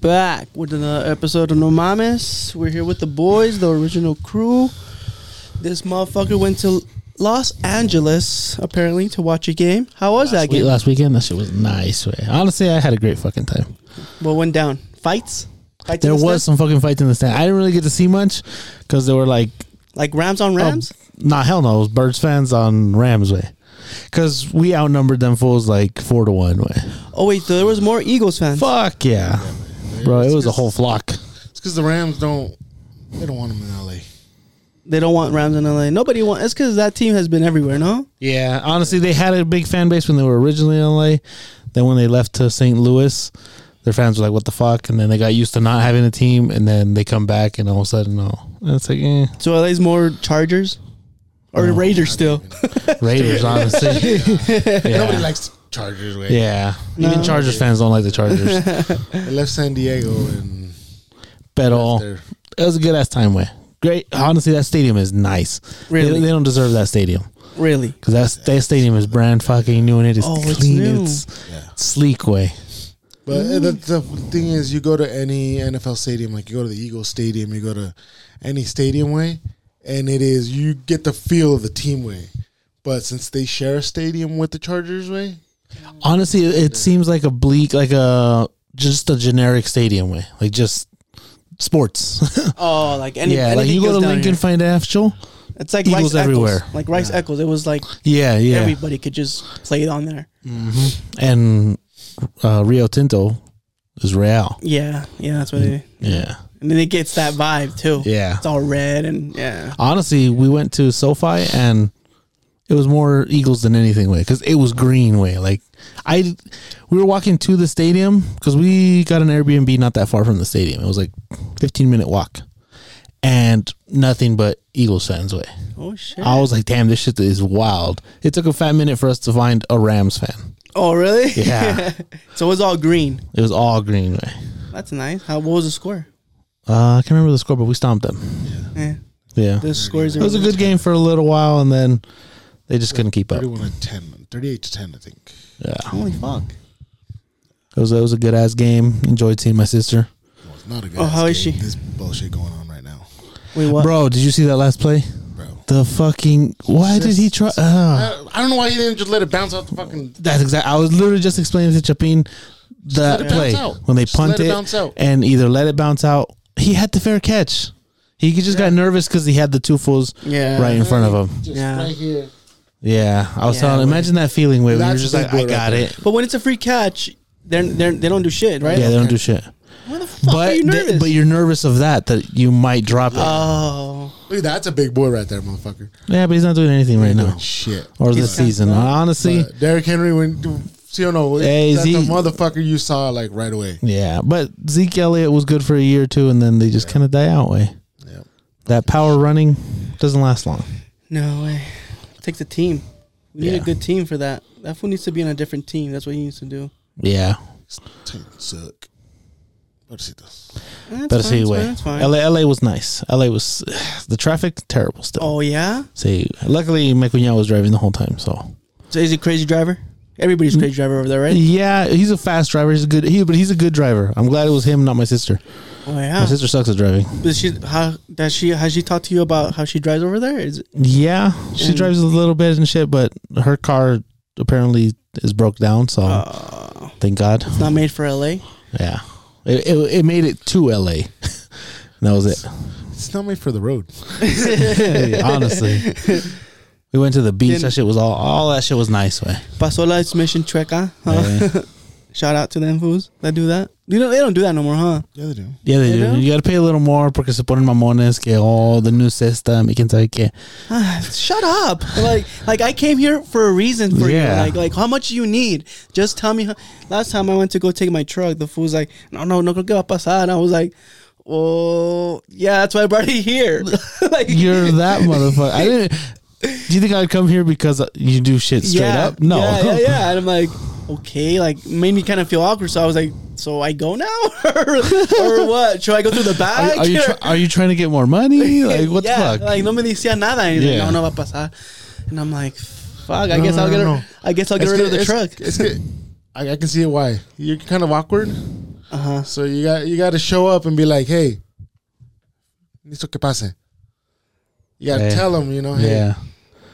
back with another episode of No Mames. We're here with the boys, the original crew. This motherfucker went to Los Angeles apparently to watch a game. How was that Wait, game? last weekend, that shit was nice. Man. Honestly, I had a great fucking time. What went down? Fights? Fights in There the was stands? some fucking fights in the stand. I didn't really get to see much because there were like, oh, like Rams on Rams. nah, hell no, it was Birds fans on Rams way, because we outnumbered them fools like four to one way. Oh, wait, so there was more Eagles fans. Fuck yeah, bro, it was a whole flock. It's because the Rams don't. They don't want him in LA. They don't want Rams in LA. Nobody wants. It's because that team has been everywhere. No, Yeah, honestly, they had a big fan base when they were originally in LA. Then when they left to St. Louis, their fans were like, "What the fuck?" And then they got used to not having a team, and then they come back, and all of a sudden, no, it's like eh. so LA's more Chargers or Oh. Raiders still. Raiders, honestly. Yeah. Nobody likes the Chargers. Right? Yeah, even Chargers fans don't like the Chargers. They left San Diego and Bet Oh. all. they're- It was a good ass time way. Great. Honestly, that stadium is nice. They- Really? They, don't deserve that stadium really? because that that stadium is brand fucking new and it is Oh, it's clean. new. It's, Yeah. sleek way. But uh, the, the thing is, you go to any NFL stadium, like you go to the Eagles Stadium, you go to any stadium way, and it is you get the feel of the team way. But since they share a stadium with the Chargers way, Honestly, it, it seems like a bleak, like a just a generic stadium way, like just sports. Oh, like any yeah, like you anything go to goes down Lincoln here. Financial. It's like Eagles Rice everywhere. Eccles. Like Rice Eccles. It was like Yeah, yeah, everybody could just play it on there. and uh, Rio Tinto is Real. Yeah, yeah, that's what they. Yeah. And then it gets that vibe too. Mm. Yeah. it's all red and yeah. honestly, we went to SoFi and it was more Eagles than anything way because it was green way. Like I, we were walking to the stadium because we got an Airbnb not that far from the stadium. It was like fifteen minute walk, and nothing but Eagles fans way. Oh shit! I was like, damn, this shit is wild. It took a fat minute for us to find a Rams fan. Oh really? Yeah. so it was all green. It was all green way. That's nice. How what was the score? Uh, I can't remember the score, but we stomped them. Yeah, Yeah, Eh, the scores. Are it was a good game for a little while, and then they just couldn't keep up. 31 to 10, 38 to 10, I think. Yeah. Holy fuck! It was, it was a good ass game. Enjoyed seeing my sister. Well, it's not a good. Oh, ass how is game. she? This bullshit going on right now, Wait, what? Bro, did you see that last play? bro. The fucking why did he try? Uh, I, I don't know why he didn't just let it bounce off the fucking. that's exact. I was literally just explaining to Chapin let that it bounce play out. when they Just punt let it it, bounce out. and either let it bounce out. He had the fair catch. He just got nervous because he had the two fools Yeah. right in front of him. Just Yeah. right here. Yeah, I was Yeah, telling. wait. Imagine that feeling where you're That's just a like, big boy I got it. right But when it's a free catch, they're, they're they don't do shit, right? Yeah, they don't do shit. Why the fuck but are you they- nervous? but you're nervous of that that you might drop it. Uh, oh, Look, that's a big boy right there, motherfucker. yeah, but he's not doing anything right now Shit. or this season. Honestly, But Derrick Henry went. You know, Hey, that's Z- the motherfucker you saw like right away. Yeah, but Zeke Elliott was good for a year or two, and then they just kind of die out. Way Yep. that power running doesn't last long. no way! takes a team. We need Yeah. a good team for that. That fool needs to be on a different team. That's what he needs to do. Yeah, Team suck. Pobrecito. That's better fine, see that's way. fine, that's fine. LA, LA was nice. LA was the traffic terrible still. Oh yeah. See, luckily my cuñado was driving the whole time. So So is he a crazy driver? Everybody's a crazy driver over there, right? Mm. yeah, he's a fast driver. He's a good. He, but he's a good driver. I'm glad it was him, not my sister. Oh My yeah. sister sucks at driving. But she how does she has she talked to you about how she drives over there? Is it, Yeah, she And- drives a little bit and shit, but her car apparently is broke down. So uh, thank God. it's not made for LA? Yeah. It, it, it made it to LA. And that was it. It's not made for the road. Honestly. We went to the beach. Didn't- that shit was all all that shit was nice way. Pasola it's mission chueca. Huh? Yeah. Shout out to them fools that do that. You know they don't do that no more, huh? Yeah, they do. Yeah, they You do. know? You gotta pay a little more porque se ponen mamones que oh the new system y quién sabe qué. Shut up! Like, like I came here for a reason for Yeah. you. Like, like how much you need? Just tell me. How, last time I went to go take my truck, the fool's like, "No, no, no, creo que va a pasar." And I was like, "Oh, yeah, that's why I brought you here." like, You're that motherfucker. I didn't. Do you think I'd come here because you do shit straight yeah, up? No. yeah, yeah, yeah. And I'm like, okay, like made me kind of feel awkward. So I was like, so I go now, or, or what? Should I go through the Are, back? are you try, are you trying to get more money? Like what yeah, the fuck? Like no me decía nada. And he's like, Yeah. no, no va a pasar. And I'm like, fuck. I No, guess no, I'll no, get. no. I guess I'll get It's rid of good- the it's- truck. It's good. I, I can see it why. You're kind of awkward. Uh huh. So you got you got to show up and be like, hey, esto que pase. You got to Yeah. 'em, tell them, you know, hey, Yeah.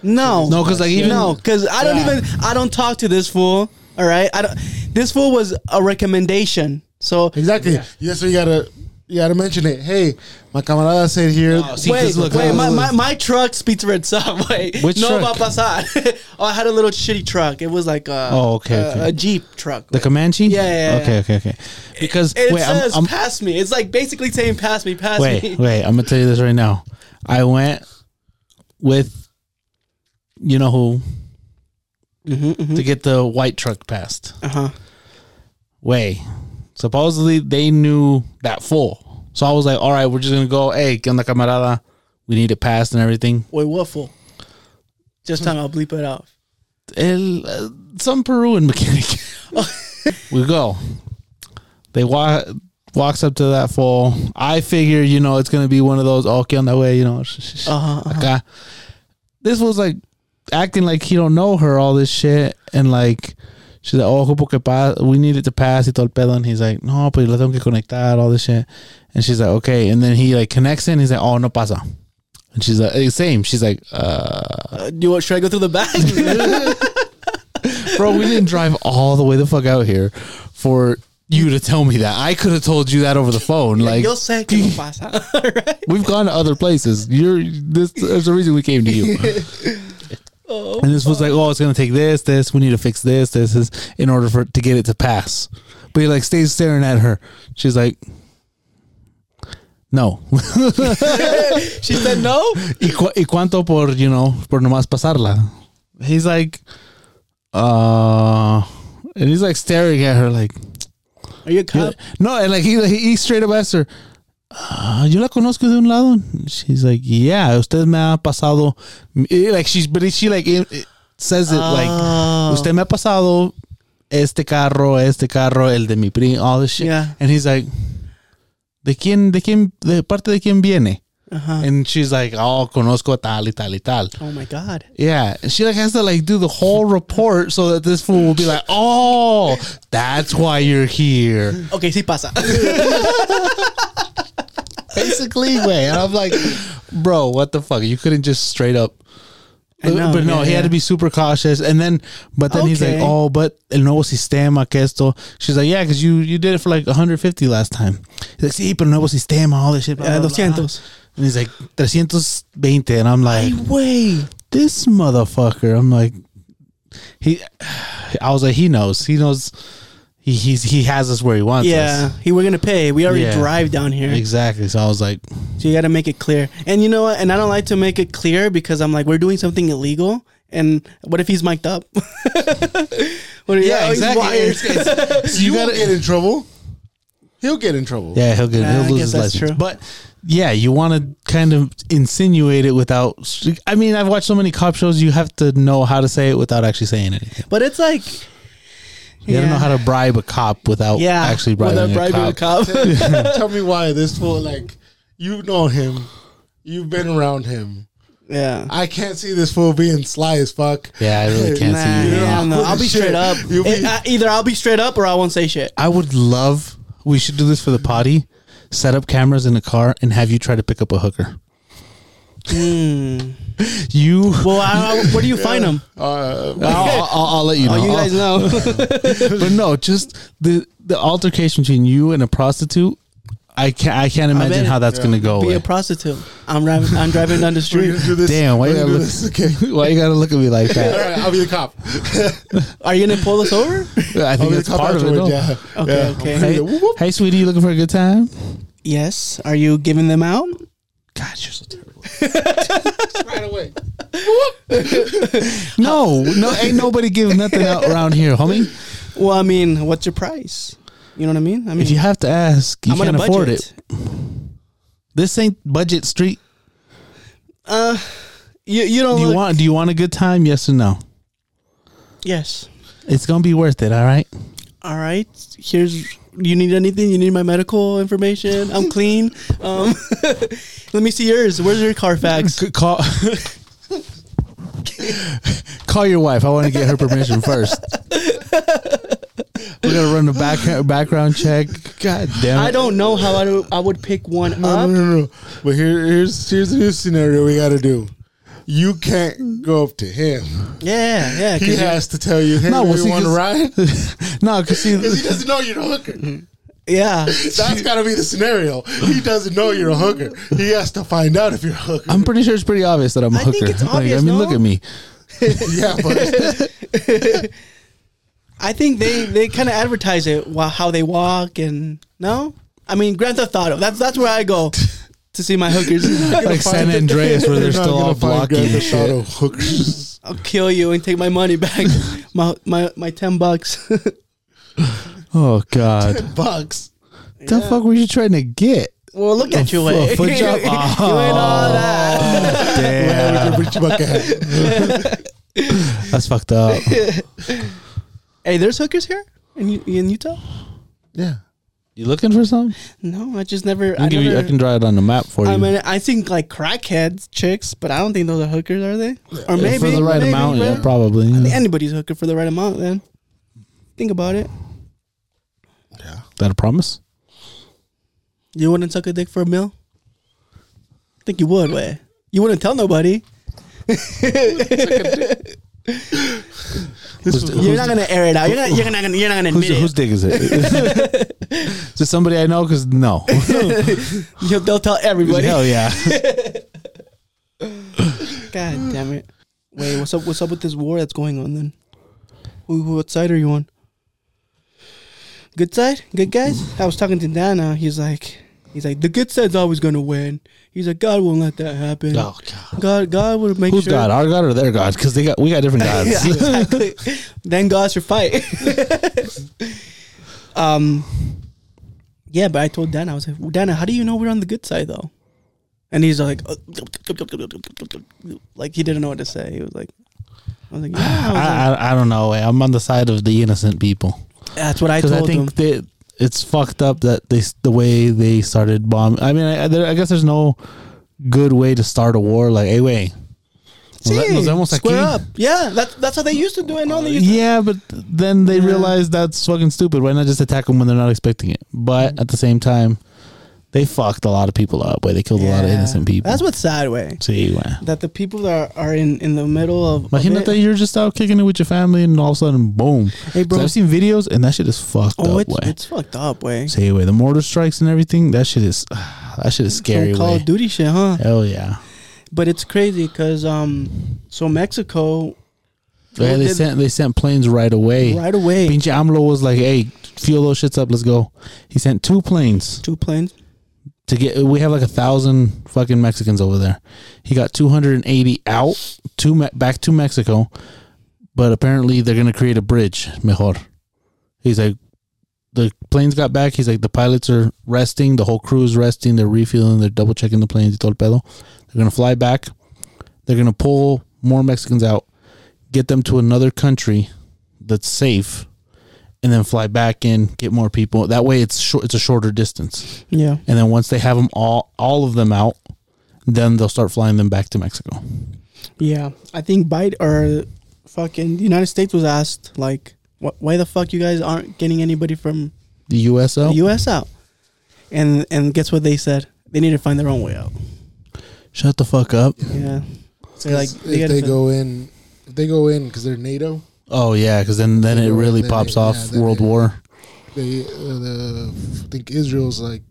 No, No, because like even no, because I don't Yeah. even I don't talk to this fool. All right, I don't. This fool was a recommendation. So exactly. Yeah. so you gotta you gotta mention it. Hey, my camarada said here. No, see, wait, 'cause look, wait, uh, my, my, my truck speaks for itself. Wait, Which no truck? va a pasar. oh, I had a little shitty truck. It was like a, Oh, okay, a, okay. a Jeep truck. the Comanche. Yeah, yeah, yeah. Okay, okay, okay. Because it wait, I'm, says I'm, pass me. It's like basically saying pass me, pass me. wait, wait. I'm gonna tell you this right now. I went with you know who to get the white truck passed. Uh huh. Way supposedly they knew that full. So I was like, all right, we're just gonna go. Hey, que onda camarada? We need it passed and everything. Wait, what fool? Just time I'll bleep it out. el, uh, some Peruan mechanic. we go. They walk walks up to that fool. I figure, you know, it's gonna be one of those "Oh, okay on that way, you know. sh- sh- sh- Uh-huh, uh-huh. acá. This was like acting like he don't know her all this shit and like she's like, oh, ocupo que pa- we need it to pass y todo el pedo. And he's like, no, pues lo tengo que conectar, all this shit. And she's like, okay. And then he like connects it and he's like, oh, no pasa. And she's like, "Eh, same. She's like, uh, Uh, do you want, should I go through the back? bro we didn't drive all the way the fuck out here for you to tell me that i could have told you that over the phone like Yo sé que no pasa. right? we've gone to other places you're this there's a reason we came to you Oh. and this was like oh it's gonna take this this we need to fix this this is in order for to get it to pass but he like stays staring at her she's like no She said no. ¿Y, cu- y cuánto por, you know, por nomás pasarla? He's like, uh, and he's like staring at her like, Are you a cop? no, and like he, he straight up asks her, "Ah, yo la conozco de un lado. And she's like, yeah, usted me ha pasado. Eh, Like she's, but she like it, it says it like, Oh. usted me ha pasado este carro, este carro, el de mi primo, all this shit. Yeah. And he's like, ¿de quién, de quién, de parte de quién viene? Uh-huh. And she's like, oh, conozco a tal y tal y tal. Oh my god. Yeah, and she like has to like do the whole report so that this fool will be like, oh, that's why you're here. Okay, sí pasa. basically way. And I'm like, bro, what the fuck? You couldn't just straight up. I know, but no, yeah, he had to yeah. be super cautious. And then, but then he's like, Okay. oh, but el nuevo sistema que esto. She's like, yeah, because you you did it for like 150 last time. He's like, sí, pero nuevo sistema, all this shit. Blah, Yeah, blah, blah. 200. And he's like, 320. And I'm like, Way. this motherfucker. I'm like, he, I was like, he knows. He knows. He, he's, he has us where he wants Yeah, us. he we're gonna pay. We already Yeah. drive down here, Exactly. So I was like, so you got to make it clear. And you know what? And I don't like to make it clear because I'm like, we're doing something illegal. And what if he's mic'd up? what if, Yeah, oh, he's exactly. wired. It's- it's- you you gotta- will get in trouble. He'll get in trouble. Yeah, he'll get Yeah, I he'll guess lose his that's license. true. But yeah, you want to kind of insinuate it without. I mean, I've watched so many cop shows. You have to know how to say it without actually saying anything. but it's like, You gotta know how to bribe a cop without yeah, actually bribing, without a, bribing cop. a cop. Tell me why this fool like you know him, you've been around him. yeah. I can't see this fool being sly as fuck. Yeah, I really can't Nah, see you. yeah, Yeah. no, I'll be Shit. straight up. You'll be- It- I- either I'll be straight up or I won't say shit. I would love. We should do this for the potty. Set up cameras in the car and have you try to pick up a hooker. Mm. You. Well, I, I- where do you find him? Uh, I'll, I'll, I'll let you know. Oh, you guys I'll- know. but no, just the the altercation between you and a prostitute. I can't. I can't imagine bet how that's gonna go. be away. a prostitute. I'm driving. I'm driving down the we're street. gonna do this. Damn, why we're you gonna do gotta this. Okay. Why you gotta look at me like All that? right, I'll be the cop. Are you gonna pull us over? I I'll think be the that's cop part of it. afterward. though. Yeah. Okay, Yeah. okay. I'll be Hey, the whoop, whoop. hey, sweetie, you looking for a good time? Yes. Are you giving them out? God, you're so terrible. Right away. No, no, ain't nobody giving nothing out around here, homie. Well, I mean, what's your price? You know what I mean? I mean, If you have to ask, you I'm on can't a afford budget. it. This ain't budget street. Uh, you you don't Do you look- want? Do you want a good time? Yes or no? Yes. It's gonna be worth it. All right. All right. Here's. You need anything? You need my medical information? I'm clean. Um, let me see yours. Where's your Carfax? C- call. Call your wife. I want to get her permission first. We're gonna run the back background check. God damn I don't know how I, do, I would pick one No, up. no, no, no. But here, here's here's the new scenario we got to do. You can't go up to him. Yeah, yeah. 'cause He you- has to tell you, "Hey, No, no, well, you see, want to 'cause- ride?" no, because see, Because he doesn't know you're a hooker. yeah. That's got to be the scenario. He doesn't know you're a hooker. He has to find out if you're a hooker. I'm pretty sure it's pretty obvious that I'm a I think hooker. it's Like, obvious, I mean, no? look at me. yeah, but I think they, they kind of advertise it wha- how they walk and no. I mean, Grand Theft Auto. That's that's where I go to see my hookers. Like San Andreas, where they're You're not still gonna all find blocky Grand and Theft shit. Auto hookers. I'll kill you and take my money back, my my my ten bucks. Oh God, Bucks. the fuck were you trying to get? well, look at you, F- way. a foot job? Oh, you Oh. ain't all that. Yeah, Damn, we can reach your buck ahead. that's fucked up. Hey, there's hookers here in U- in Utah. Yeah. You looking for something? No, I just never. I I, can, give you, I never- can draw it on the map for you. I mean, I think like crackheads, chicks, but I don't think those are hookers, are they? Or Yeah, maybe for the right maybe, amount, right? yeah, probably. Anybody's hooker for the right amount. Then think about it. Yeah. That a promise? You wouldn't suck a dick for a meal? I think you would, way. You wouldn't tell nobody. Who's, who's, You're not gonna air it out. You're not, you're not gonna. You're not gonna who's, admit whose it. dick is it? Is it somebody I know? Because no, You'll- they'll tell everybody. hell yeah. God damn it. Wait, what's up? What's up with this war that's going on then? Who, who- what side are you on? Good side? Good guys? I was talking to Dana. He's like, he's like, the good side's always gonna win. He's like, God won't let that happen. Oh, God. God, God would make Who's sure. God? Our God or their God? Because they got we got different Yeah, gods. exactly. Thank God's for fight. um, yeah, but I told Dana, I was like, Dana, how do you know we're on the good side though? And he's like, "Uh, like he didn't know what to say. He was like, I was like, yeah, I was like- I, I, I don't know. eh. I'm on the side of the innocent people. that's what I because told I him. think that it's fucked up that they s- the way they started bomb. I mean, I, I- there, I guess there's no good way to start a war. Like, hey, wait, nos- See, nos vemos square aquí. up. Yeah, that's that's how they used to do it. No, they used to. Yeah, but then they Yeah. realize that's fucking stupid. Why not just attack them when they're not expecting it? Mm. But at the same time, they fucked a lot of people up. Where they killed a lot of Yeah. innocent people. That's what's sad way See, wow. that the people that are, are in in the middle of. of it- Imagínate, you're just out kicking it with your family, and all of a sudden, boom! Hey, bro. So I've seen videos, and that shit is fucked oh, up. it's, way. it's fucked up way. Say way the mortar strikes and everything. That shit is, that shit is scary. Some Call way. of Duty shit, huh? Hell yeah. But it's crazy because um, so Mexico Yeah, they did- sent they sent planes right away. right away Pinche AMLO was like, "Hey, fuel those shits up. Let's go." He sent two planes two planes. to get. We have like a thousand fucking Mexicans over there. He got two hundred and eighty out to Me- back to Mexico, but apparently they're gonna create a bridge. Mejor. He's like, the planes got back. He's like, the pilots are resting. The whole crew is resting. They're refueling. They're double checking the planes. y todo el pedo. They're gonna fly back. They're gonna pull more Mexicans out, get them to another country that's safe, and then fly back in, get more people. That way, it's short. It's a shorter distance. Yeah, And then once they have them all, all of them out, then they'll start flying them back to Mexico. yeah. I think Biden or fucking the United States was asked like, wh- why the fuck you guys aren't getting anybody from The USO. the U.S. out? And and guess what they said? They need to find their own way out. Shut the fuck up. Yeah. So like if they they, gotta fin- go in, if they go in because they're NATO. Oh yeah, because then then it really Then pops they- off yeah, then World they- War. They, uh, the, I think Israel's like,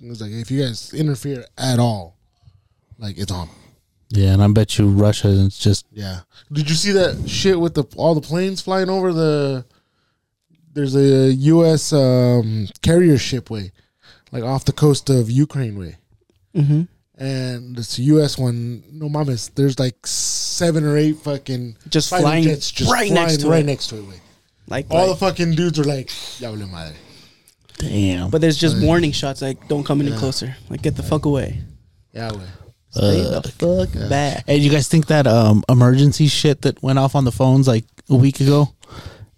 it's like if you guys interfere at all, like it's on. Yeah, and I bet you Russia is just Yeah. Did you see that shit with the all the planes flying over the? There's a U.S. Um, carrier ship way, like off the coast of Ukraine way, Mhm. and it's a U.S. one. No mames, there's like seven or eight fucking Just fighter flying right flying next to right it. next to it. Way. like All like- the fucking dudes are like, "Ya valió madre." damn. but there's just warning shots like don't come any closer. Like get the fuck away. Yeah, way. Stay the fuck back. Hey, you guys think that um emergency shit that went off on the phones like a week ago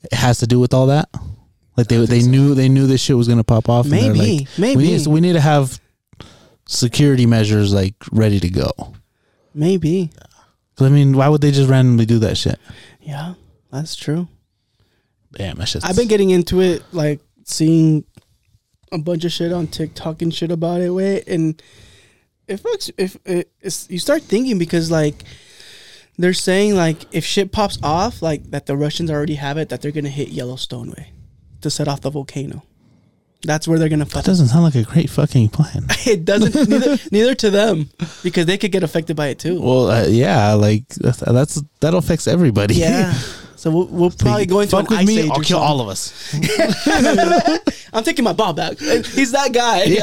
it has to do with all that? Like they they knew they knew this shit was gonna pop off. and they're Maybe, like, maybe. we need, we need to have security measures like ready to go. Maybe. 'Cause, I mean, why would they just randomly do that shit? Yeah, that's true. Damn, that shit's I've been getting into it, like seeing a bunch of shit on TikTok and shit about it, way, and it fucks. If it, it's, you start thinking because like they're saying like if shit pops off, like that the Russians already have it, that they're gonna hit Yellowstone way to set off the volcano. That's where they're gonna That fuck. doesn't sound like a great fucking plan. It doesn't neither, neither to them because they could get affected by it too. Well, uh, yeah, like that's, that's that'll fix everybody. Yeah. So we'll, we'll probably go into an fuck with ice me. age I'll or kill something. all of us. I'm taking my ball back. He's that guy.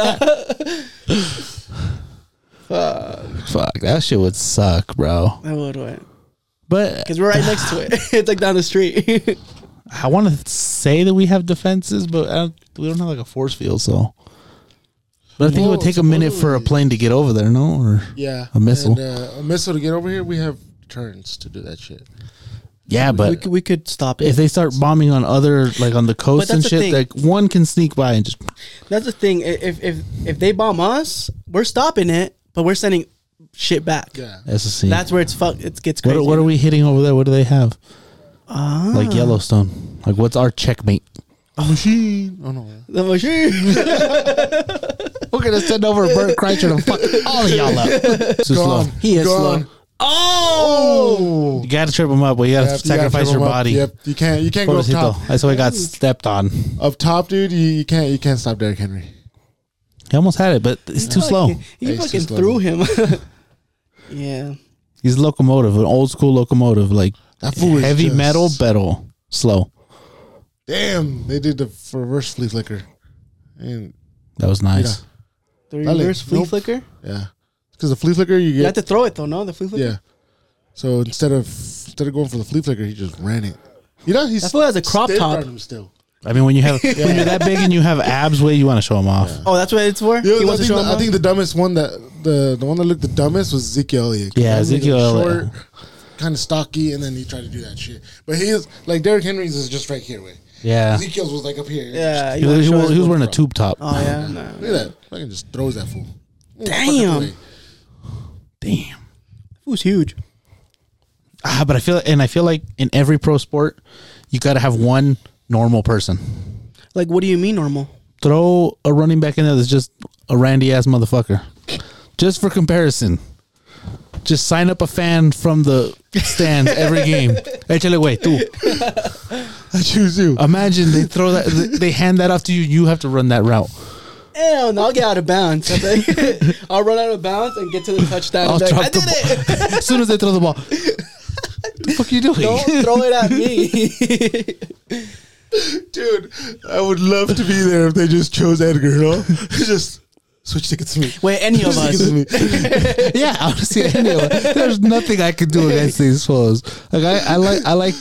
Fuck, that shit would suck, bro. I would wait But because we're right next to it. It's like down the street. I want to say that we have defenses, but I don't, we don't have like a force field, so. But I think it would Well, take a minute for a supposedly- plane to get over there, no? Or Yeah, A missile. And, uh, a missile to get over here. We have turns to do that shit. yeah, we, but could, we could stop it. if they start bombing on other like on the coast that's and the shit, thing. like one can sneak by and just That's the thing. I- If if if they bomb us, we're stopping it, but we're sending shit back. Yeah, that's a scene. That's where it's fuck. It gets what, crazy. are- what are we hitting over there? What do they have? Like Yellowstone. Like what's our checkmate? a machine. Oh no, The machine. We're gonna send over Bert Kreischer to fuck all of y'all up. Too slow. gone. He is gone. slow. Oh, You gotta trip him up, but you gotta Yep, you gotta sacrifice trip your 'em up. body. Yep, you can't. You can't go up top. Pobrecito. That's why he got stepped on. Up top, dude. You, you can't. You can't stop Derrick Henry. He almost had it, but it's too slow. He, He's too fucking slow. threw him. yeah. He's a locomotive, an old school locomotive, like That fool is heavy just- metal, metal, slow. Damn, they did the reverse flea flicker, and That was nice. The Dale. reverse flea Nope. flicker. yeah, because the flea flicker you You have get. to throw it though, no? The flea flicker. yeah. So instead of instead of going for the flea flicker, he just ran it. You know, he's That fool has a crop stiff top. on him still. I mean, when you have when you're that big and you have abs, way you want to show them off. Oh, that's what it's for. You know, he I, wants to think show the, him. I off? think the dumbest one that the the one that looked the dumbest was Ezekiel Elliott. Yeah, He was Ezekiel Elliott. kind of stocky, and then he tried to do that shit. But he is like Derrick Henry's is just right here. Way Yeah, he, Ezekiel's was like up here. yeah. was, wants he to show was- his- he was wearing a tube top. Oh yeah. Nah. look at that. Fucking just throws that fool. Damn. Fucking away. Damn. Who's huge? Ah, but I feel and I feel like in every pro sport, you got to have one normal person. Like, what do you mean normal? Throw a running back in there that's just a randy ass motherfucker, just for comparison. Just sign up a fan from the stands every game. Échale, güey, tú. I choose you. Imagine they throw that, th- they hand that off to you. You have to run that route. Hell no, I'll get out of bounds. I'll run out of bounds and get to the touchdown. I'll Like, drop I the did it. ball as soon as they throw the ball. What the fuck are you doing? Don't throw it at me. Dude, I would love to be there if they just chose Edgar, no? just switch tickets to me. Wait, any of Switch us. tickets to me. yeah, honestly, anyway, there's nothing I could do against these foes. Like I, I like, I like,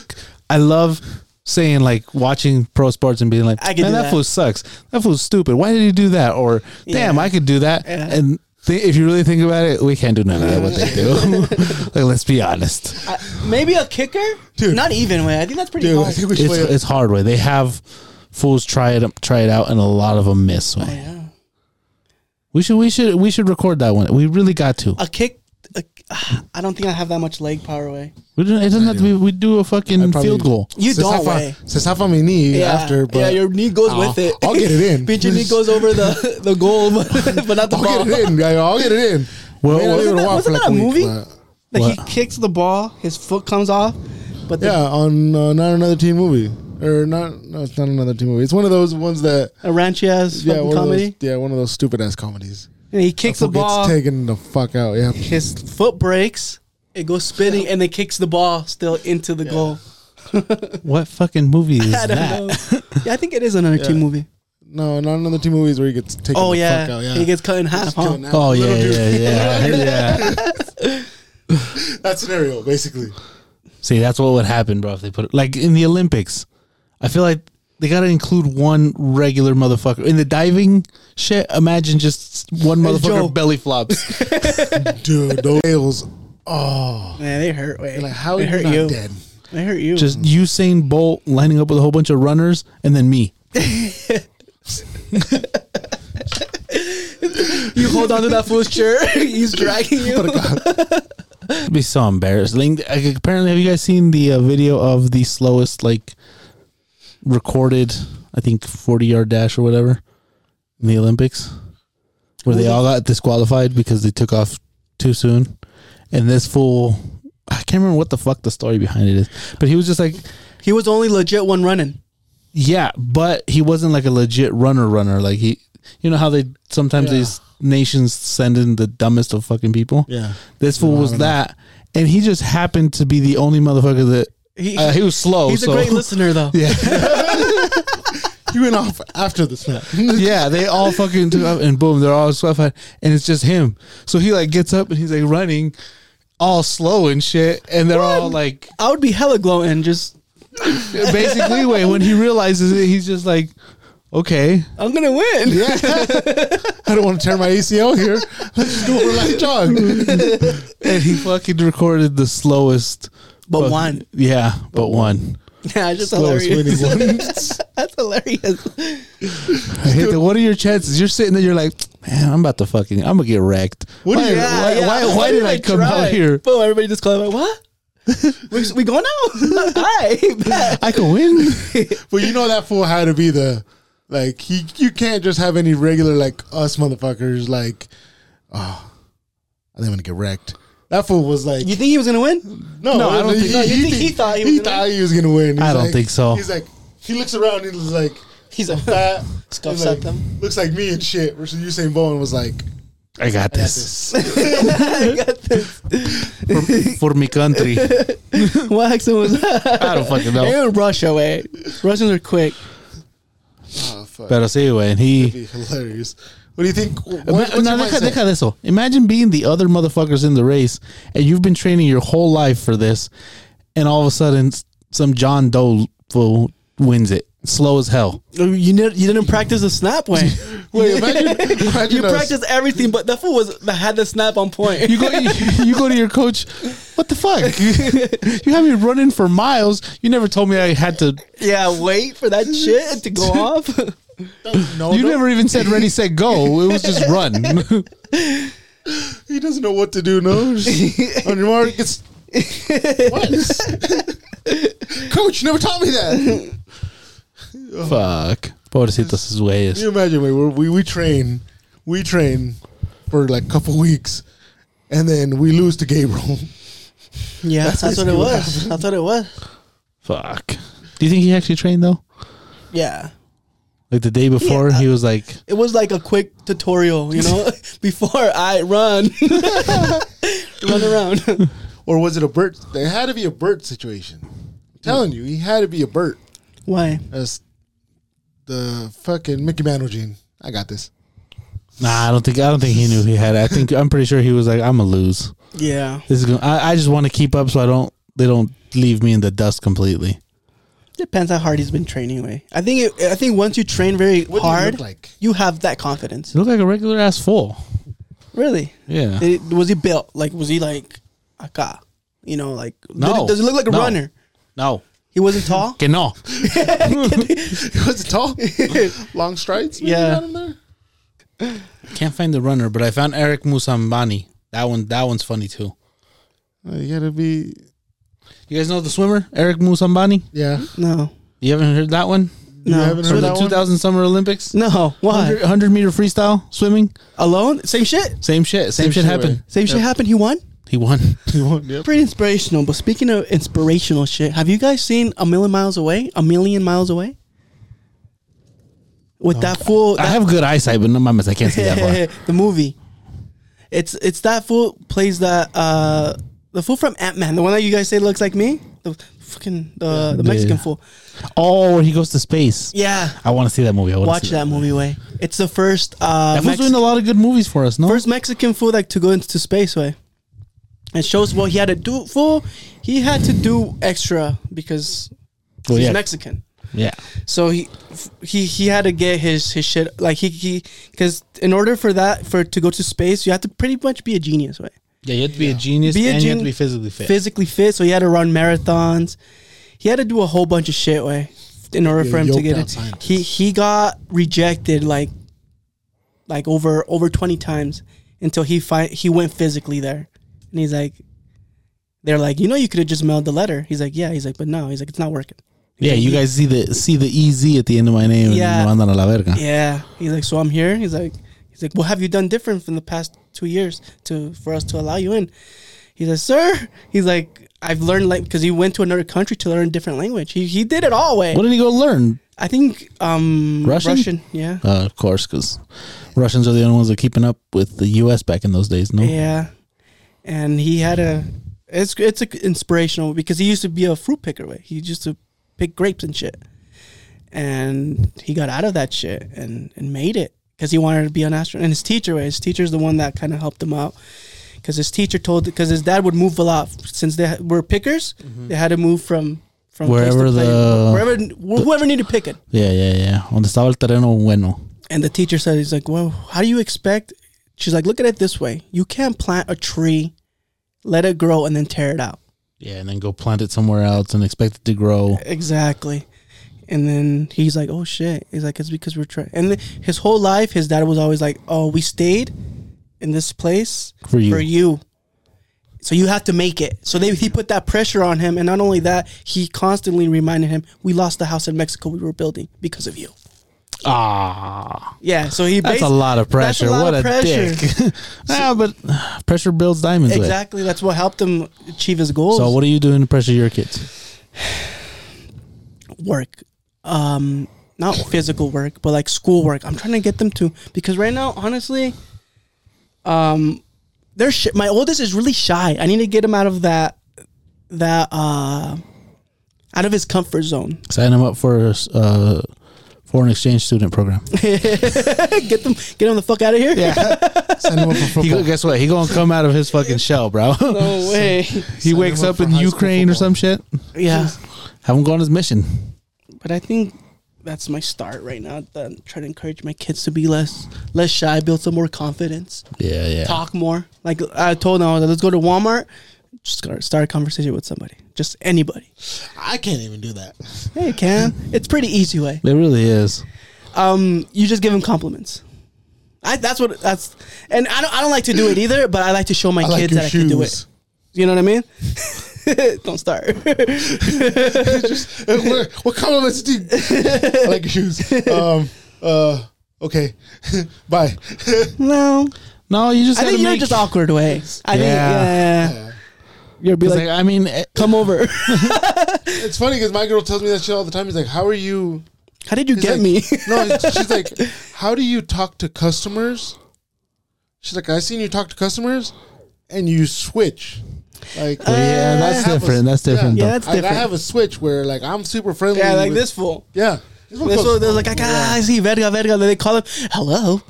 I love saying like watching pro sports and being like, I could man, do that, that." fool sucks. That fool's stupid. Why did he do that? Or damn, Yeah. I could do that. Yeah. And th- if you really think about it, we can't do none of that. What they do? like, let's be honest. I, maybe a kicker? Dude. Not even way. I think that's pretty Dude, I hard. think we should it's, play. it's hard way. They have fools try it try it out, and a lot of them miss. Way. yeah. We should we should we should record that one. We really got to. A kick. A, I don't think I have that much leg power away. We don't, it doesn't have to be. We do a fucking I probably- field goal. You Says don't half on- way. Says half on my knee Yeah, after, but yeah, your knee goes I'll- with it. I'll get it in. Bitch, your knee goes over the, the goal, but, but not the I'll ball. get it in, guy. I'll get it in. Well, May not wasn't even that- walk for wasn't like that a week, movie? but- Like What? he kicks the ball, his foot comes off, but the, Yeah, on uh, not another teen movie, or not? No, it's not another teen movie. It's one of those ones that a ranchy ass yeah, fucking one comedy. of those yeah, one of those stupid ass comedies. And he kicks the Who gets ball. taken the fuck out. Yeah, His foot breaks. It goes spinning, and then kicks the ball still into the goal. What fucking movie is I don't that? know. yeah, I think it is another team movie. no, not another teen movies where he gets taken. Oh the yeah. fuck out. yeah. he gets cut in half. Huh? Killing that Oh yeah, little dude. yeah, yeah, yeah. that scenario basically. See, that's what would happen, bro. If they put it like in the Olympics, I feel like they got to include one regular motherfucker in the diving shit. Imagine just one motherfucker Joe. belly flops. Dude, those whales. Oh, Man, they hurt. Wait, like how they are hurt you not you? dead? They hurt you. just Usain Bolt lining up with a whole bunch of runners, and then me. you hold on to that fool's shirt. He's dragging you. It'd be so embarrassing. Like, apparently, have you guys seen the uh, video of the slowest like recorded? I think forty yard dash or whatever. in the Olympics where they all got disqualified because they took off too soon. And this fool, I can't remember what the fuck the story behind it is, but he was just like, He was the only legit one running. yeah, but he wasn't like a legit runner runner. Like he, you know how they sometimes Yeah. these nations send in the dumbest of fucking people. Yeah. This fool was that, and he just happened to be the only motherfucker that He, uh, he was slow. Oh, he's so. a great listener though. Yeah, He went off after the snap. yeah, they all fucking do up and boom, they're all sweatfied, and it's just him. So he like gets up and he's like running, all slow and shit, and they're all like I would be hella glowing. Just basically wait when he realizes it, he's just like, okay, I'm gonna win. I don't want to tear my ACL here. Let's just go for a light jog. and he fucking recorded the slowest, But fuck- one. yeah, but one. Yeah, it's just Slowest hilarious. winning one. That's hilarious. I hate that. What are your chances? You're sitting there, you're like, man, I'm about to fucking, I'm gonna get wrecked. What do why, you- why, why, why did I come try? out here? Boom! Everybody just called. Like, what? we, we going now? Hi. bet. I can win. But you know that fool had to be the like he you can't just have any regular like us motherfuckers like oh I didn't want to get wrecked. That fool was like You think he was gonna win? no, No, I don't think- No, you think he thought he was gonna thought he was gonna win. I He's don't like- think so. He's like he looks around and he's like He's a that Scuffs he's like, at them. Looks like me and shit. Versus Usain Bowen was like I got this this. I got this. for, for my country. I What accent was that? don't fucking know. They would rush away. Russians are quick. oh fuck. Pero sí, güey. And he. That'd be hilarious. What do you think? What, Ma- what's your no, deja, mindset? deja de eso. Imagine being the other motherfuckers in the race, and you've been training your whole life for this, and all of a sudden, s- some John Doe fool wins it. Slow as hell. You didn't, you didn't practice the snap way. Wait, imagine, imagine You us. practiced everything, but that fool was that had the snap on point. You go, you go to your coach. What the fuck? You have me running for miles. You never told me I had to. yeah, wait for that shit to go off. No, You no, never even said ready, set, go. It was just run. He doesn't know what to do. No, Just on your mark, it's what? Coach you never taught me that. Fuck. Pobrecitos sus Can güeyes. you imagine? Wait, we're, we we train, we train for like a couple weeks, and then we lose to Gabriel. yeah, that's, what it basically what was. That's what it was. Fuck. Do you think he actually trained though? Yeah. Like the day before, he was like, It was like a quick tutorial, you know, before I run, run around. Or was it a Bert? It had to be a Bert situation. I'm telling you, he had to be a Bert. Why? That's the fucking Mickey Mantle gene. I got this. "Nah, I don't think I don't think he knew he had. It. I think I'm pretty sure he was like, I'm gonna lose. Yeah, This is gonna, I, I just want to keep up so I don't they don't leave me in the dust completely. depends how hard he's been training. Way I think it, I think once you train very What do you hard, look like? you have that confidence. He looked like a regular ass fool. Really? Yeah, Did it- was he built like? Was he like a guy? You know, like did No. it- does he look like a No. runner? no, He wasn't tall. que no. Was it tall? Long strides? maybe Yeah. got him there? Can't find the runner, but I found Eric Musambani. That one, that one's funny too. Uh, You gotta be. You guys know the swimmer Eric Musambani? Yeah. No, You haven't heard that one no, haven't from heard the that one? 2000 Summer Olympics? no. Why? 100, 100 meter freestyle swimming. Alone? Same shit. Same shit. Same, Same shit, shit, happened. right? Same shit happened. He won. He won. yep. Pretty inspirational. But speaking of inspirational shit, have you guys seen A Million Miles Away? A Million Miles Away? With that fool. I that- have good eyesight, but no mamas, I can't see that far. the movie. It's it's that fool plays that uh the fool from Ant Man, the one that you guys say looks like me, the fucking the, the Mexican Yeah. fool. Oh, where he goes to space. Yeah, I want to see that movie. I wanna watch see that movie. Way it's the first uh That fool's Mex- doing a lot of good movies for us. No, first Mexican fool like to go into space. Way it shows what he had to do. Fool, he had to do extra because Well, he's yeah. Mexican. yeah, So he he he had to get his his shit like he he because in order for that for to go to space you have to pretty much be a genius right yeah. You have to be a genius Be a and you gen- have to be physically fit. physically fit so he had to run marathons he had to do a whole bunch of shit way in order Yeah, for him to yoked get out it scientist. he he got rejected like like over over 20 times until he fi- he went physically there and he's like they're like you know you could have just mailed the letter he's like yeah he's like but no he's like it's not working Yeah, you guys see the see the EZ at the end of my name Yeah. and me mandan a la verga. Yeah. He's like, so I'm here. He's like, he's like, what have you done different from the past two years to for us to allow you in? He's like, sir. He's like, I've learned like because he went to another country to learn a different language. He, he did it all way. What did he go learn? I think um Russian? Yeah. Uh, of course, because Russians are the only ones that are keeping up with the U.S. back in those days. No, Yeah. And he had a it's it's a, inspirational because he used to be a fruit picker. Way he used to pick grapes and shit, and he got out of that shit and and made it because he wanted to be an astronaut. And his teacher, way his teacher's the one that kind of helped him out because his teacher told because his dad would move a lot since they ha- were pickers. They had to move from from place to Mm-hmm. Wherever place, the- wherever whoever needed picking. yeah, yeah, yeah. Donde estaba el terreno bueno. And the teacher said, he's like, well, how do you expect? She's like, look at it this way. You can't plant a tree, let it grow, and then tear it out. Yeah, and then go plant it somewhere else and expect it to grow. Exactly. And then he's like, oh shit. He's like, it's because we're trying. And then his whole life, his dad was always like, oh, we stayed in this place For you. For you. So you have to make it. So they, he put that pressure on him. And not only that, he constantly reminded him, we lost the house in Mexico we were building because of you. Ah, Yeah. So he that's a basi- lot of that's pressure. lot what of a dick. ah, but uh, pressure builds diamonds. way. Exactly. That's what helped him achieve his goals. So, what are you doing to pressure your kids? work, um, not physical work, but like school work. I'm trying to get them to because right now, honestly, um, they're sh- my oldest is really shy. I need to get him out of that that uh, out of his comfort zone. Sign them up for a s- uh, foreign exchange student program. get them, get him the fuck out of here. Yeah. Sign him up for He go, football. guess what? He gonna come out of his fucking shell, bro. No way. he him wakes up up for in high school Ukraine or football. some shit. Yeah. Have him go on his mission. But I think that's my start right now. That I'm trying to encourage my kids to be less less shy, build some more confidence. Yeah, yeah. talk more. Like I told them, I was like, let's go to Walmart. Just start, start a conversation with somebody, just anybody. I can't even do that. Hey, can it's pretty easy way. It really is. Um, you just give them compliments. I that's what that's, and I don't I don't like to do it either, but I like to show my I like kids your that I shoes. can do it. You know what I mean? don't start. what, what compliments do you I like your shoes? Um, uh, okay. Bye. no, No, you just. I gotta think you're make- just awkward way. I think Yeah. yeah, yeah. you'll be It's like, like, I mean, eh, come over. it's funny because my girl tells me that shit all the time. He's like, How are you? How did you He's get like- me? No, she's like, How do you talk to customers? She's like, i seen you talk to customers and you switch. Like, yeah, that's I have a- different. that's different. Yeah, though. that's I, I different. have a switch where like I'm super friendly. yeah, like with- this fool. Yeah. This one This goes- one, they're like, I got, I see verga, verga. Then they call him, hello.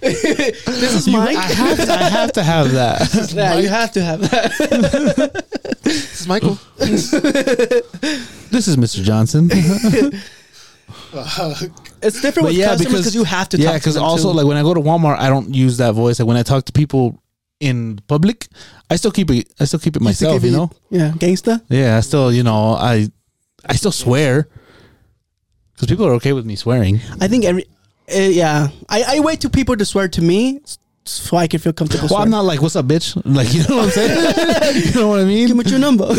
this is Mike. I have, to, I have to have that. yeah, you have to have that. This is Michael. this is Mr. Johnson. Ah, It's different with customers because you have to yeah, talk to because them also too. like when I go to Walmart, I don't use that voice. Like when I talk to people in public, I still keep it. I still keep it To myself. give You know. Yeah, gangsta. Yeah, I still, you know, I, I still swear. Because people are okay with me swearing. I think every, uh, yeah. I, I wait to people to swear to me s- so I can feel comfortable Well, I'm swearing. not like, "What's up, bitch?" Like, you know what I'm saying? you know what I mean? Give me your number.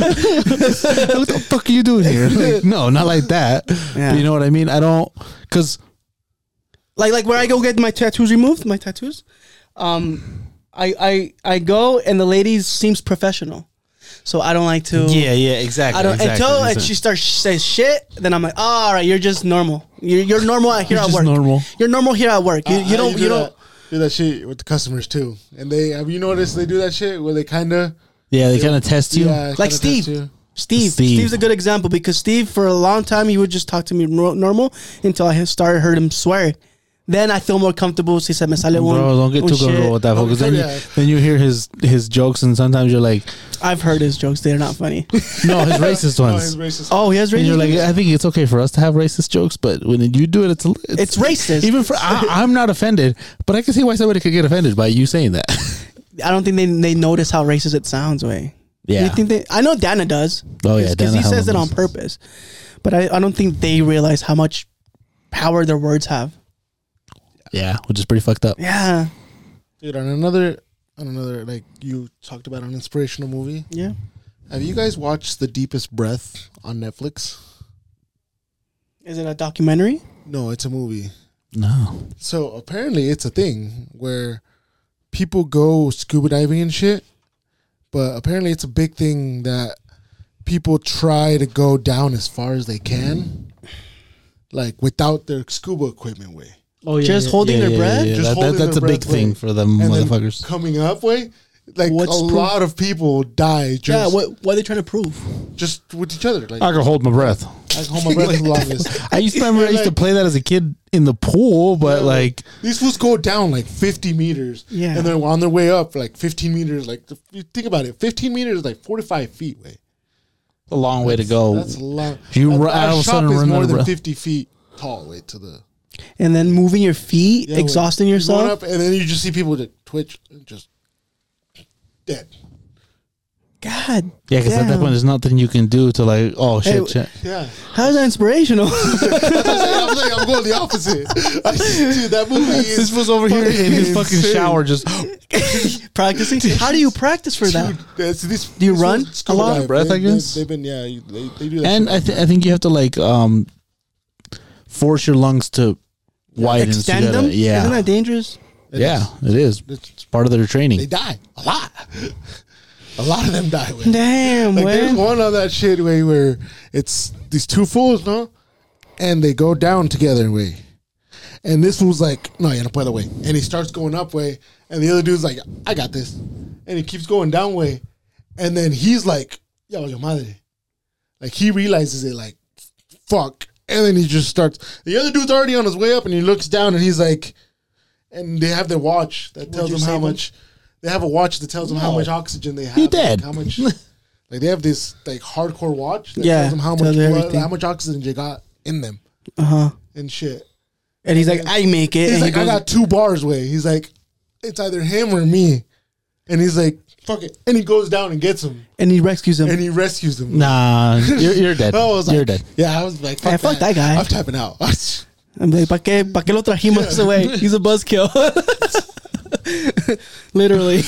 what the fuck are you doing here? Like, no, not like that. Yeah. But you know what I mean? I don't because like like where I go get my tattoos removed, my tattoos. Um, I I I go and the lady seems professional, so I don't like to. yeah, exactly. I don't until and she starts says shit. Then I'm like, oh, all right, you're just normal. You're, you're normal out here You're at just work. normal. You're normal here at work. You, I- you Uh, I don't. do You that- don't. do that shit with the customers too, and they have you noticed they do that shit where they kind of yeah, they kind of test you. yeah, Like kinda Steve. test you. Steve. Steve. Steve's a good example because Steve, for a long time, he would just talk to me nor- normal until I had started heard him swear. Then I feel more comfortable. Si se me sale un, Bro, don't get un too comfortable with Oh, shit. that, Oh, because then yeah. you, then you hear his his jokes, and sometimes you're like, I've heard his jokes. They're not funny. no, his racist No, ones. he's racist. oh, he has and racist. you're like, jokes? I think it's okay for us to have racist jokes, but when you do it, it's a- it's racist. Even for I, I'm not offended, but I can see why somebody could get offended by you saying that. I don't think they, they notice how racist it sounds. Way. Yeah. You think they, I know Dana does. Oh, yeah, Because Dana he says hella it on does. purpose, but I, I don't think they realize how much power their words have. yeah, which is pretty fucked up. Yeah. dude, on another on another like you talked about an inspirational movie. Yeah. Have you guys watched The Deepest Breath on Netflix? Is it a documentary? No, it's a movie. No. So apparently, it's a thing where people go scuba diving and shit, but apparently, it's a big thing that people try to go down as far as they can, like without their scuba equipment way. Oh yeah, Just yeah. holding their breath. Just That- that- holding that's a their big breath thing away. for the And then motherfuckers. coming up way. Like What's a proof- lot of people die just, Yeah. What What are they trying to prove? just with each other. Like I I can hold my breath. can hold my breath the longest. I used to remember I used to Like- play that as a kid in the pool, but like These fools go down like 50 meters. Yeah. And then on their way up, like 15 meters. Like, the- you think about it 15 meters is like 45 feet. Way. a long way to go. That's a lot. Oh. You a, ru- all of a sudden is run out more of than breath. 50 feet tall. Way to the. And then moving your feet, yeah, way. exhausting You yourself. run up, and then you just see people that twitch and just dead. God. yeah, because at that damn. point, there's nothing you can do to like, oh shit, Hey, shit. Yeah. how's that inspirational? I'm like, I'm going the opposite. I, dude, that movie This is. was over here in his fucking insane. shower, just Practicing. How do you practice for that? Dude, that's- this, Do you this run was scuba a lot? dive. Breath, They- I guess? They, have been, yeah, you- they, they do that. and I, th- I think you have to like um force your lungs to widen. so you Extend gotta- them. Yeah, Isn't that dangerous? yeah, it is. shit. It's- It's part of their training. they die a lot. A lot of them die. With. Damn. Like there's man. one on that shit way where it's these two fools, no, and they go down together way, and this fool's like, no, you're not play the way, and he starts going up way, and the other dude's like, I got this, and he keeps going down way, and then he's like, yo, yo madre, like he realizes it, like, fuck, and then he just starts. The other dude's already on his way up, and he looks down, and he's like, and they have their watch that tells you them how save him? much. They have a watch that tells them how No. much oxygen they have. You're and, like, dead. How much? Like they have this like hardcore watch that Yeah, tells them how tells much blood, everything. how much oxygen you got in them Uh huh. and shit. And he's like, I make it. He's and like, he I goes, got two bars way. He's like, it's either him or me. And he's like, fuck it. And he goes down and gets him and he rescues him. and he rescues him. nah, you're, you're dead. Oh, I was like, you're dead. Yeah, I was like, fuck, Yeah, fuck that guy. I'm tapping out. I'm like, pa que, pa que lo trajimos away? He's a buzzkill. Literally.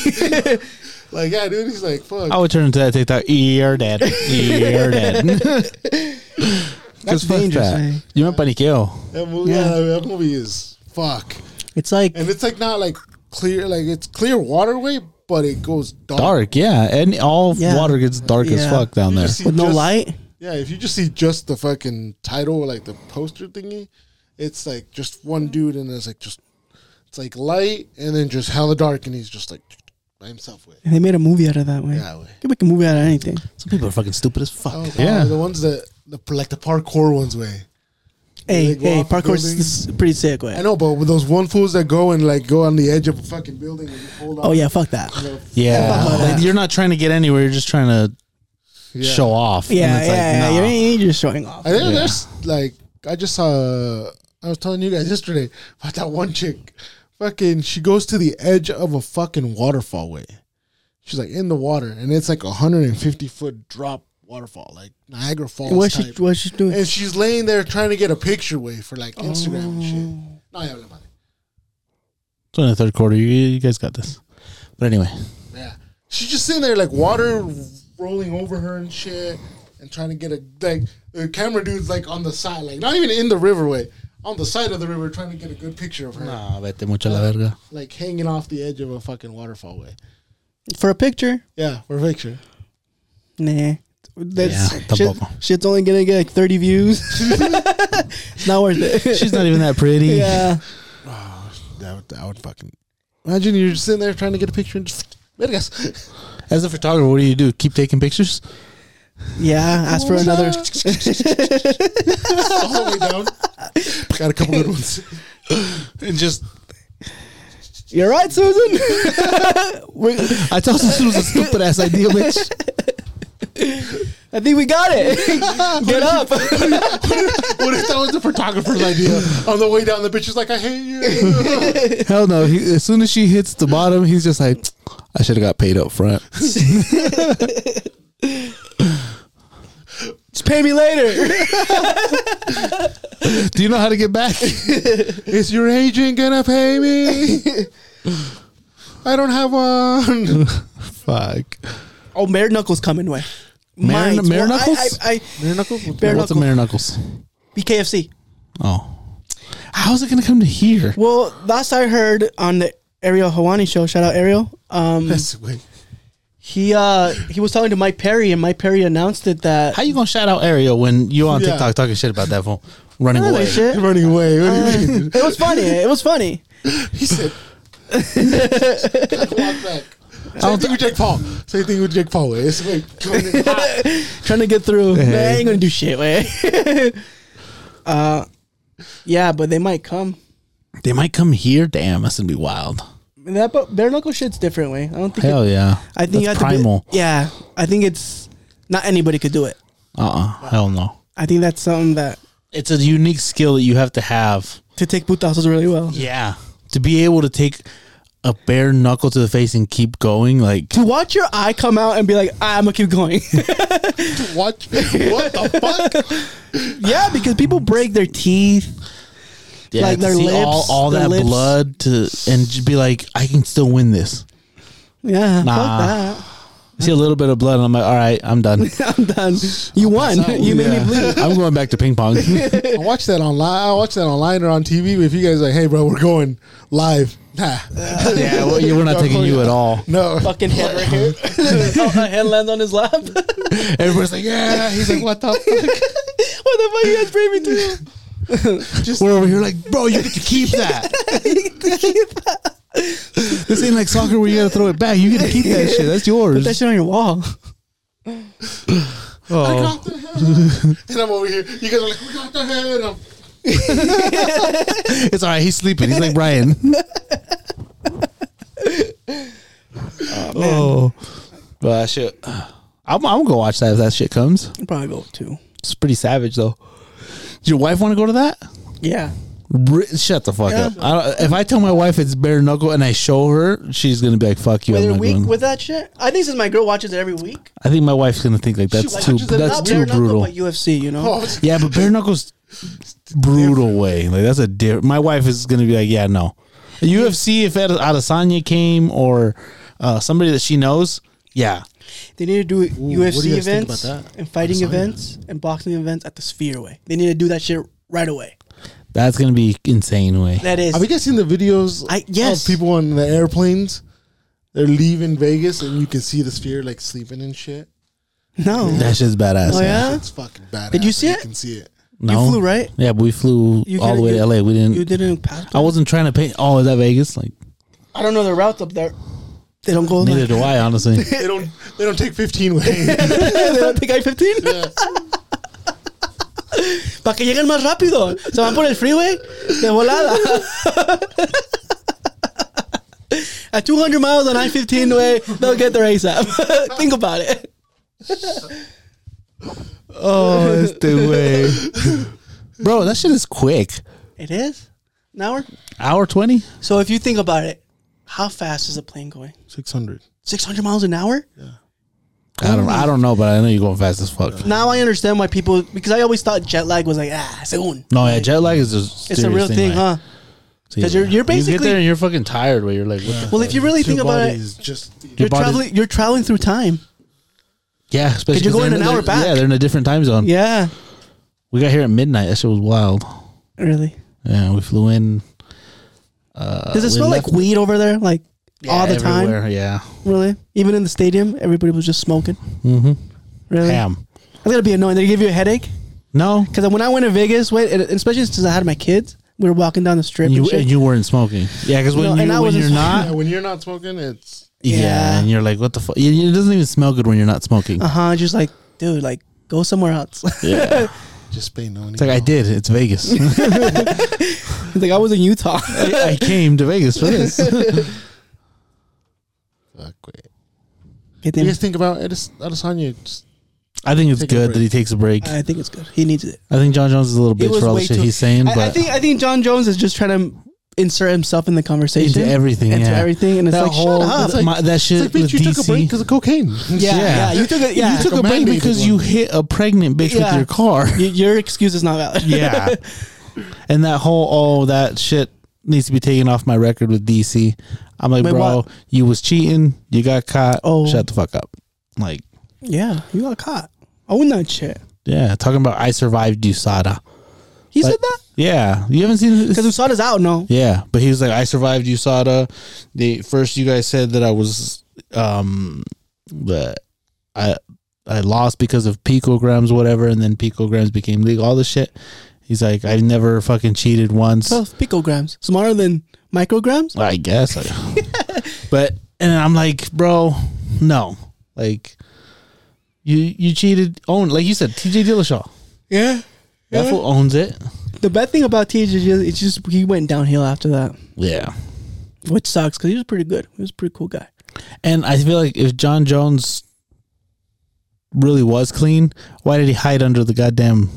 like, yeah, dude. He's like, Oh, fuck. I would turn into that TikTok. You're dead. You're dead. That's dangerous, eh? You went paniqueo. that movie, yeah. Yeah. that movie is fuck. It's like, And it's like not like clear, like it's clear waterway, but it goes dark. Dark, yeah, and all Yeah. water gets dark as Yeah. fuck down You there. just see with no just- light. Yeah, if you just see just the fucking title, like the poster thingy, it's like just one dude, and it's like just it's like light, and then just hella dark, and he's just like by himself with. And they made a movie out of that way. Yeah, way. You can make a movie out of anything. Some people are fucking stupid as fuck. Oh, yeah, yeah, the ones that the, like the parkour ones way. Hey, they go hey, off the parkour is- building. this is pretty sick, I way. know, but with those one fools that go and like go on the edge of a fucking building and hold on. Oh, yeah, fuck that. you know, yeah. about Like, that. you're not trying to get anywhere. You're just trying to yeah. show off. And Yeah, it's like, yeah, nah. yeah. You're, you're just showing off. I think Yeah. there's like I just saw. I was telling you guys yesterday about that one chick. Fucking, she goes to the edge of a fucking waterfall way. She's like in the water, and it's like a hundred and fifty foot drop waterfall, like Niagara Falls What's she, type. what's she doing? and she's laying there trying to get a picture way for like Instagram and Oh. shit. No, yeah, no, no, no. It's only the third quarter. You, you guys got this. But anyway, yeah. She's just sitting there like water rolling over her and shit, and trying to get a like the camera dude's like on the side, like not even in the river way, on the side of the river, trying to get a good picture of her. nah, vete mucho la verga. like hanging off the edge of a fucking waterfall way. For a picture? Yeah, for a picture. Nah. That's Yeah, shit, tampoco. shit's only gonna get like 30 views. it's not worth it. She's not even that pretty. yeah. That would, that would fucking imagine you're just sitting there trying to get a picture and just vergas. As a photographer, what do you do? Keep taking pictures? Yeah. Ask for another. all the way down. Got a couple good ones. And just You're right, Susan. we, I told you this was a stupid ass idea, bitch. I think we got it. Get up. What if that was the photographer's idea? On the way down, the bitch is like, "I hate you." Hell no. He, as soon as she hits the bottom, he's just like, I should have got paid up front. Just pay me later. do you know how to get back? is your agent gonna pay me? I don't have one. Fuck. Oh, Mayor Knuckles coming way. Mare- minds. Mare Well, I- Knuckles? I, I, Bare knuckles? What- Bare What's a knuckle. mare knuckles? BKFC. Oh, how's it gonna come to here? Well, last I heard on the Ariel Hawani show, shout out Ariel. Um, That's wait. he uh he was talking to Mike Perry, and Mike Perry announced it that How you gonna shout out Ariel when you on Yeah. TikTok talking shit about that phone running Oh, away? they should. Running away. What do you mean? it was funny. It was funny. Uh, He said. Walk back. Same don't thing with Jake Paul. Same thing with Jake Paul. wait. It's like coming out. Trying to get through. Hey. Nah, I ain't gonna do shit. Way. uh, yeah, but they might come. They might come here. Damn, that's gonna be wild. That but bare knuckle shit's different. Way. I don't think. it, Hell yeah. I think you have that's primal. to. Be, yeah, I think it's not anybody could do it. Uh uh Hell no. I think that's something that It's a unique skill that you have to have. to take putazos really well. Yeah. To be able to take a bare knuckle to the face and keep going, like To watch your eye come out and be like, I'm gonna keep going. What? What the fuck? yeah, because people break their teeth. yeah, Like to their see lips, all, all their that lips. blood to and just be like, I can still win this. Yeah, Nah. fuck I see a little bit of blood, and I'm like, all right, I'm done. that. I'm done. You won. That's not- You made yeah. me bleed. I'm going back to ping pong. I watch that online. I watch that online or on TV. But if you guys are like, hey, bro, we're going live. Nah. yeah, well, you- we're not taking you at all. No. Fucking head right here. oh, my head lands on his lap. what the Everybody's like, yeah. He's like, what the fuck you guys bring me to? fuck? We're over here like, bro, you get to keep that. this ain't like soccer where you gotta throw it back. You get to keep that shit. That's yours. That shit on your wall. We Oh. got the head. And I'm over here. You guys are like, we got the head. I'm, It's all right. He's sleeping. He's like Brian. oh, but that shit. I'm, I'm gonna watch that if that shit comes. I'd probably go too. It's pretty savage though. Does your wife want to go to that? Yeah. Re- Shut the fuck Yeah. up. I don't, if I tell my wife it's bare knuckle and I show her, she's gonna be like, "Fuck you." I'm Whether not week going. with that shit, I think since my girl watches it every week, I think my wife's gonna think like that's like, too watches it that's not too bare knuckle, brutal. but UFC, you know, oh, yeah, but bare knuckles brutal way. Like that's a di- my wife is gonna be like, yeah, no. A UFC if Ad- Adesanya came or uh, somebody that she knows, yeah, they need to do what do UFC you guys think events about that? and fighting events and boxing events at the Sphere way. They need to do that shit right away. that's gonna be insane way. That is Have you guys seen the videos I- yes. of people on the airplanes? They're leaving Vegas and you can see the sphere like sleeping and shit. no. That shit's badass. oh man. yeah, It's fucking badass. Did you see You it? can see it. No? you flew right. Yeah, but we flew You all the could've- way you- to LA. We didn't. You didn't pass. I wasn't trying to pay. Oh, is that Vegas? Like I don't know the routes up there. They don't go. neither Like, do I, honestly. They don't. They don't take 15 way. they don't take I fifteen. Para que lleguen más rápido. Se van por el freeway de volada. At 200 miles on I 15 way, they'll get their ASAP. Think about it. oh, it's the way, bro. That shit is quick. It is an hour. Hour twenty. So if you think about it, how fast is a plane going? 600. 600 miles an hour? I don't. I don't know, but I know you're going fast as fuck. Now I understand why people, because I always thought jet lag was like, ah, según. No, yeah, jet lag is a It's a real thing, huh? Because you're, you're you get there basically, and you're fucking tired. Where you're like, what the well, if you really think about it, Is just you're body's- traveling, you're traveling through time. yeah, especially 'Cause you're 'cause going they're- an hour they're- back. Yeah, they're in a different time zone. Yeah. We got here at midnight. That shit was wild. Really? Yeah, we flew in. Uh, Does it we smell like left- weed over there? Like all the time? everywhere, Yeah, Really? Even in the stadium, everybody was just smoking. mm-hmm. Really? ham. That's gonna be annoying. They give you a headache No, because when I went to Vegas, wait, and especially since I had my kids, we were walking down the strip. and you and shit. and you weren't smoking. Yeah, because when No, you and I when wasn't you're yeah, not, when you're not smoking, it's yeah. Yeah. and you're like, what the fuck? It doesn't even smell good when you're not smoking. uh huh. Just like, dude, like go somewhere else. Yeah, just pay no. it's like I did. It's Vegas. It's like I was in Utah. I I came to Vegas for this. Fuck, wait. Get You them- guys think about Edis- Adesanya? Just, I think it's Take a good break. that he takes a break. I think it's good. He needs it. I think John Jones is a little It bitch was for all the way shit too- he's saying, I, I but think I think John Jones is just trying to insert himself in the conversation, into everything, into yeah. everything, and it's that like, whole shut up. my- that shit it's like, with bitch, you DC. took a break because of cocaine. yeah, yeah. yeah, you took a yeah, you took a Like a break mandated because one. you hit a pregnant bitch with Yeah. your car. Y- your excuse is not valid. yeah, and that whole oh that shit needs to be taken off my record with DC. I'm like, Wait, bro, what? you was cheating, you got caught. Oh. shut the fuck up. Like Yeah, you got caught. I would not shit. Yeah, talking about I survived USADA. He Like- said that Yeah, you haven't seen because Usada's out. No, Yeah, but he was like, I survived USADA. The first you guys said that I was um that I I lost because of picograms, whatever, and then picograms became legal, all this shit. He's like, I never fucking cheated once. twelve picograms, smaller than micrograms. I guess. I, but and I'm like, bro, no. Like you you cheated own like you said, TJ Dillashaw. Yeah. That Yeah. fool owns it. The bad thing about TJ is it's just he went downhill after that, Yeah. which sucks because he was pretty good. He was a pretty cool guy. And I feel like if John Jones really was clean, why did he hide under the goddamn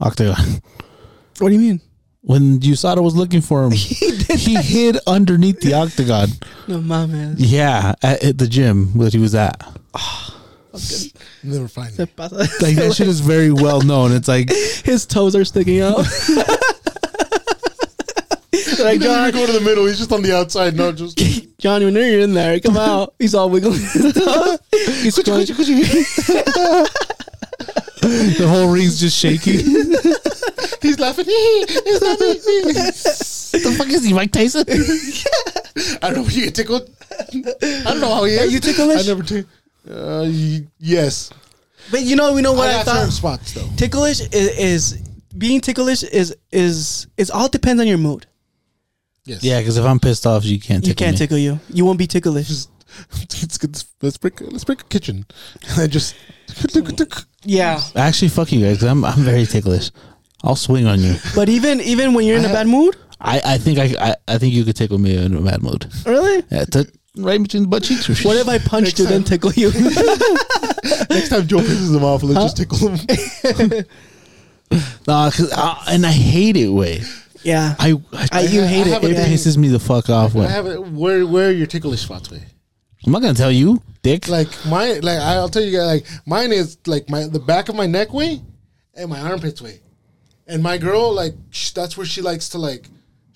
octagon? What do you mean? When USADA was looking for him, he, hid underneath the octagon. No, my man. Yeah, at, at the gym that he was at. Never find Se it. pasa. Like that shit is very well known. It's like His toes are sticking out. He like doesn't John, even go to the middle. He's just on the outside. No, just John, when you're in there, come out. He's all wiggling. His toes. He's going, the whole ring's just shaking. he's laughing. he's laughing. what the fuck is he, Mike Tyson? I don't know if you get tickled. I don't know how he is. you ticklish? I never tick. Uh, y- yes. but you know, we know what I I, got certain thought. spots though. Ticklish is, is being ticklish is is is all depends on your mood. Yes. Yeah, because if I'm pissed off, you can't. You tickle can't me. tickle you. You won't be ticklish. Just, let's, get, let's break. Let's break a kitchen. And I just. Yeah, Actually, fuck you guys. i I'm I'm very ticklish. I'll swing on you. but even even when you're in a bad mood, I, I think I, I I think you could tickle me in a bad mood. really. Yeah, to, right between the butt cheeks. What if I punched you then tickle you? Next time Joe pisses him off, let's just tickle him. Nah, 'cause I, and I hate it. Way yeah, I, I, I- you hate I it. have a yeah. thing. pisses me the fuck off. I Way have it. Where where are your ticklish spots? Way? I'm not gonna tell you, dick. Like mine. Like I'll tell you guys. Like mine is like my the back of my neck way, and my armpits way, and my girl like sh- that's where she likes to like.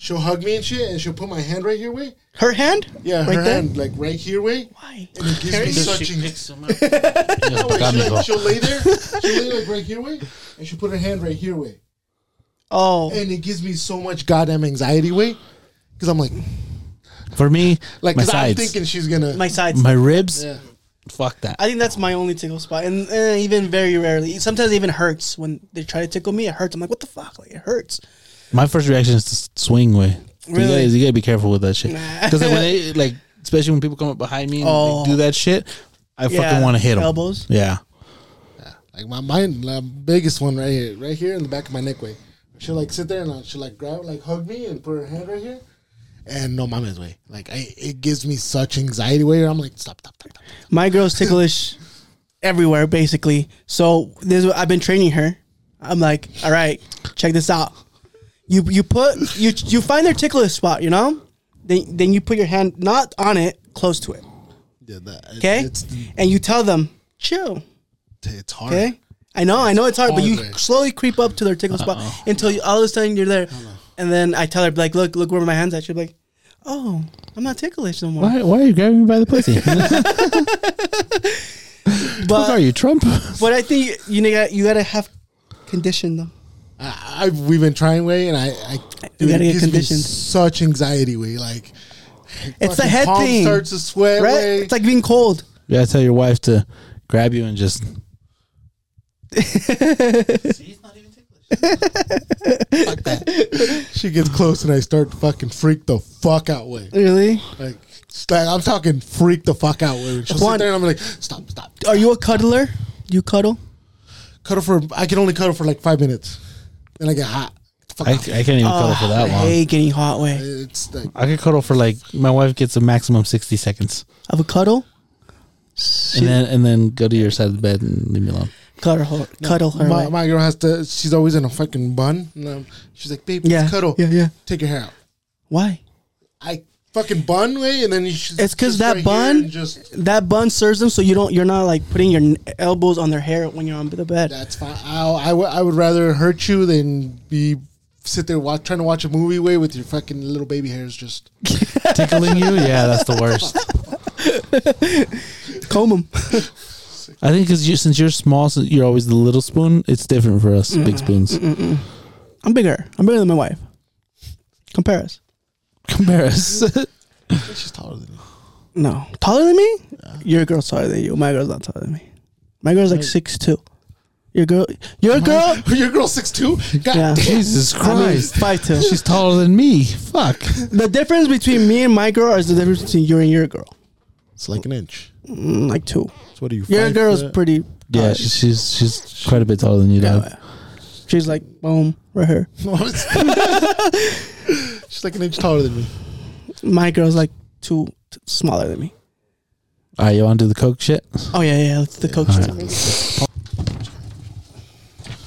She'll hug me and shit, and she'll put my hand right here way. Her hand? Yeah, right her there. hand like right here way. Why? And it gives me such an Just Wait, got me, she bro. like, she'll lay there, she'll lay like right here way, and she'll put her hand right here way. Oh, And it gives me so much goddamn anxiety way. Because I'm like, For me, like, my because I'm sides, thinking she's gonna. my sides. my ribs. yeah. Fuck that. I think that's my only tickle spot, and eh, even very rarely. Sometimes it even hurts when they try to tickle me. It hurts. I'm like, what the fuck? Like it hurts. my first reaction is to s- swing. Way Really? you, guys, you gotta be careful with that shit. Nah. Because like, when they like, especially when people come up behind me and Oh. they do that shit, I Yeah, fucking want to hit them. elbows. Yeah. Like my mind, the biggest one right here, right here in the back of my neck way. She'll like sit there and uh, she'll like grab, like hug me and put her hand right here. And no mama's way. Like I, it gives me such anxiety way. I'm like, stop, stop, stop, stop. My girl's ticklish everywhere, basically. So this, is- I've been training her. I'm like, all right, check this out. You you put you you find their ticklish spot, you know, then then you put your hand not on it, close to it, Yeah, that, it- okay, It's, and you tell them chill. it's hard. Okay. I know, I know it's hard, but you Always. slowly creep up to their tickle spot until you, all of a sudden you're there. And then I tell her, like, look, look where my hand's at. She'll be like, oh, I'm not ticklish no more. Why, why are you grabbing me by the pussy? Who are But, you, Trump? but I think you, you, gotta, you gotta have condition, though. I, I've we've been trying way, and I, I You gotta get it gives me conditioned. Such anxiety way, like It's the fucking head palm thing, Starts to sweat right? way. It's like being cold. You gotta tell your wife to grab you and just. she gets close, and I start to fucking freak the fuck out way. Really? Like, st- I'm talking freak the fuck out way. She'll Juan- sit there, and I'm like, stop, stop. Are you a cuddler? You cuddle? Cuddle for I can only cuddle for like five minutes, then I get hot. Fuck I, I off. can't even cuddle for that I long. hate Ah, getting hot way. it's like I could cuddle for like my wife gets a maximum sixty seconds, Of a cuddle? and then and then go to your side of the bed and leave me alone. Cuddle her. Cuddle her my, way. my girl has to. She's always in a fucking bun. And um, she's like, babe, Yeah, let's cuddle. yeah, yeah. Take your hair out. Why? I fucking bun way, and then you should. It's 'cause just that right here bun- and just That bun serves them so you don't, you're not like putting your n- elbows on their hair when you're on the bed. That's fine. I'll, I, w- I would rather hurt you than be sit there wa trying to watch a movie way with your fucking little baby hairs just. Tickling you? Yeah, that's the worst. Comb them. classic. I think because you, since you're small, so you're always the little spoon. It's different for us, big spoons. I'm bigger. I'm bigger than my wife. Compare us. Compare us. She's taller than you. No, taller than me. Your girl's taller than you. My girl's not taller than me. My girl's like six two. Your girl, your girl, Your girl's six two. God Yeah. damn. Jesus Christ, five two. she's taller than me. Fuck. The difference between me and my girl is the difference between you and your girl. It's like an inch. Mm, like two. So what are you? Your five girl's foot? pretty. Yeah, tall. she's Uh, she's, she's quite a bit taller than you, dog. Yeah. She's like boom right here. No, it's- She's like an inch taller than me. My girl's like two t- smaller than me. All right, you want to do the coke shit? Oh yeah, yeah. That's the coach. All stuff.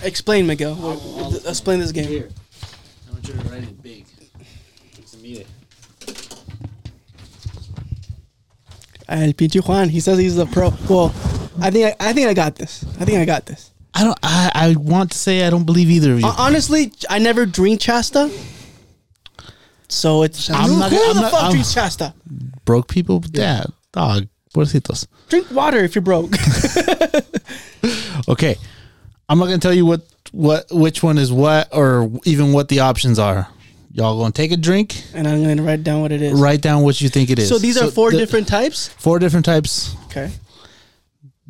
Explain, Miguel. What- th- explain this game. I want you to write it big. It's immediate. El Pinche Juan. He says he's the pro. Well, I think I, I think I got this. I think I got this. I don't. I, I want to say I don't believe either of you. Hon- Honestly, I never drink Chasta. So it's I'm who, not- who I'm the not- fuck I'm- drinks Chasta? broke people, but yeah, dog, pobrecitos. Drink water if you're broke. Okay, I'm not gonna tell you what what which one is what or even what the options are. Y'all gonna take a drink, and I'm going to write down what it is. write down what you think it is. So these are four the- different types. four different types. Okay.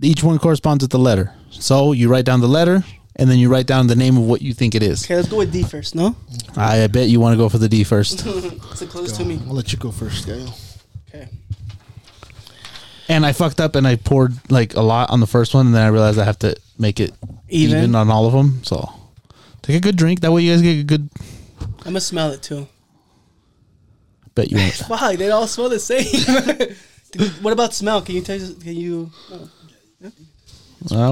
Each one corresponds with the letter. So you write down the letter, and then you write down the name of what you think it is. Okay, let's go with D first. No, I bet you want to go for the D first. it's the closest to me. I'll let you go first, Gail. Okay. and I fucked up and I poured like a lot on the first one, and then I realized I have to make it Even? even, on all of them. So take a good drink. That way you guys get a good. I'm gonna smell it too. Bet you won't. Wow, they all smell the same. what about smell? Can you tell? Can you? Uh,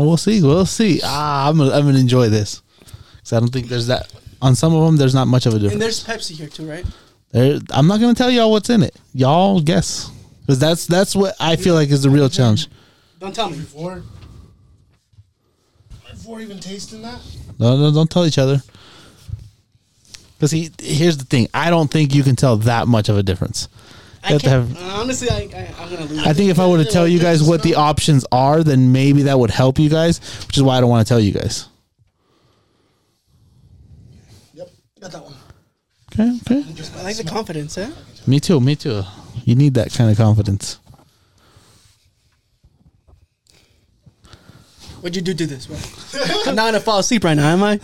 we'll see. We'll see. Ah, I'm gonna, I'm gonna enjoy this because I don't think there's that on some of them. There's not much of a And there's difference. Pepsi here too, right? There, I'm not gonna tell y'all what's in it. Y'all guess because that's that's what I feel like is the real challenge. Don't tell me. Before, before even tasting that, No, no, don't tell each other. Because he, here's the thing. I don't think you can tell that much of a difference. I You have to can't, uh, have- honestly, I, I, I'm gonna lose. I think if I were to tell you guys what the options are, then maybe that would help you guys, which is why I don't want to tell you guys. yep, got that one. Okay, okay. I like the confidence, huh? Me too, me too. You need that kind of confidence. What'd you do to this? Bro? I'm not gonna fall asleep right now, am I?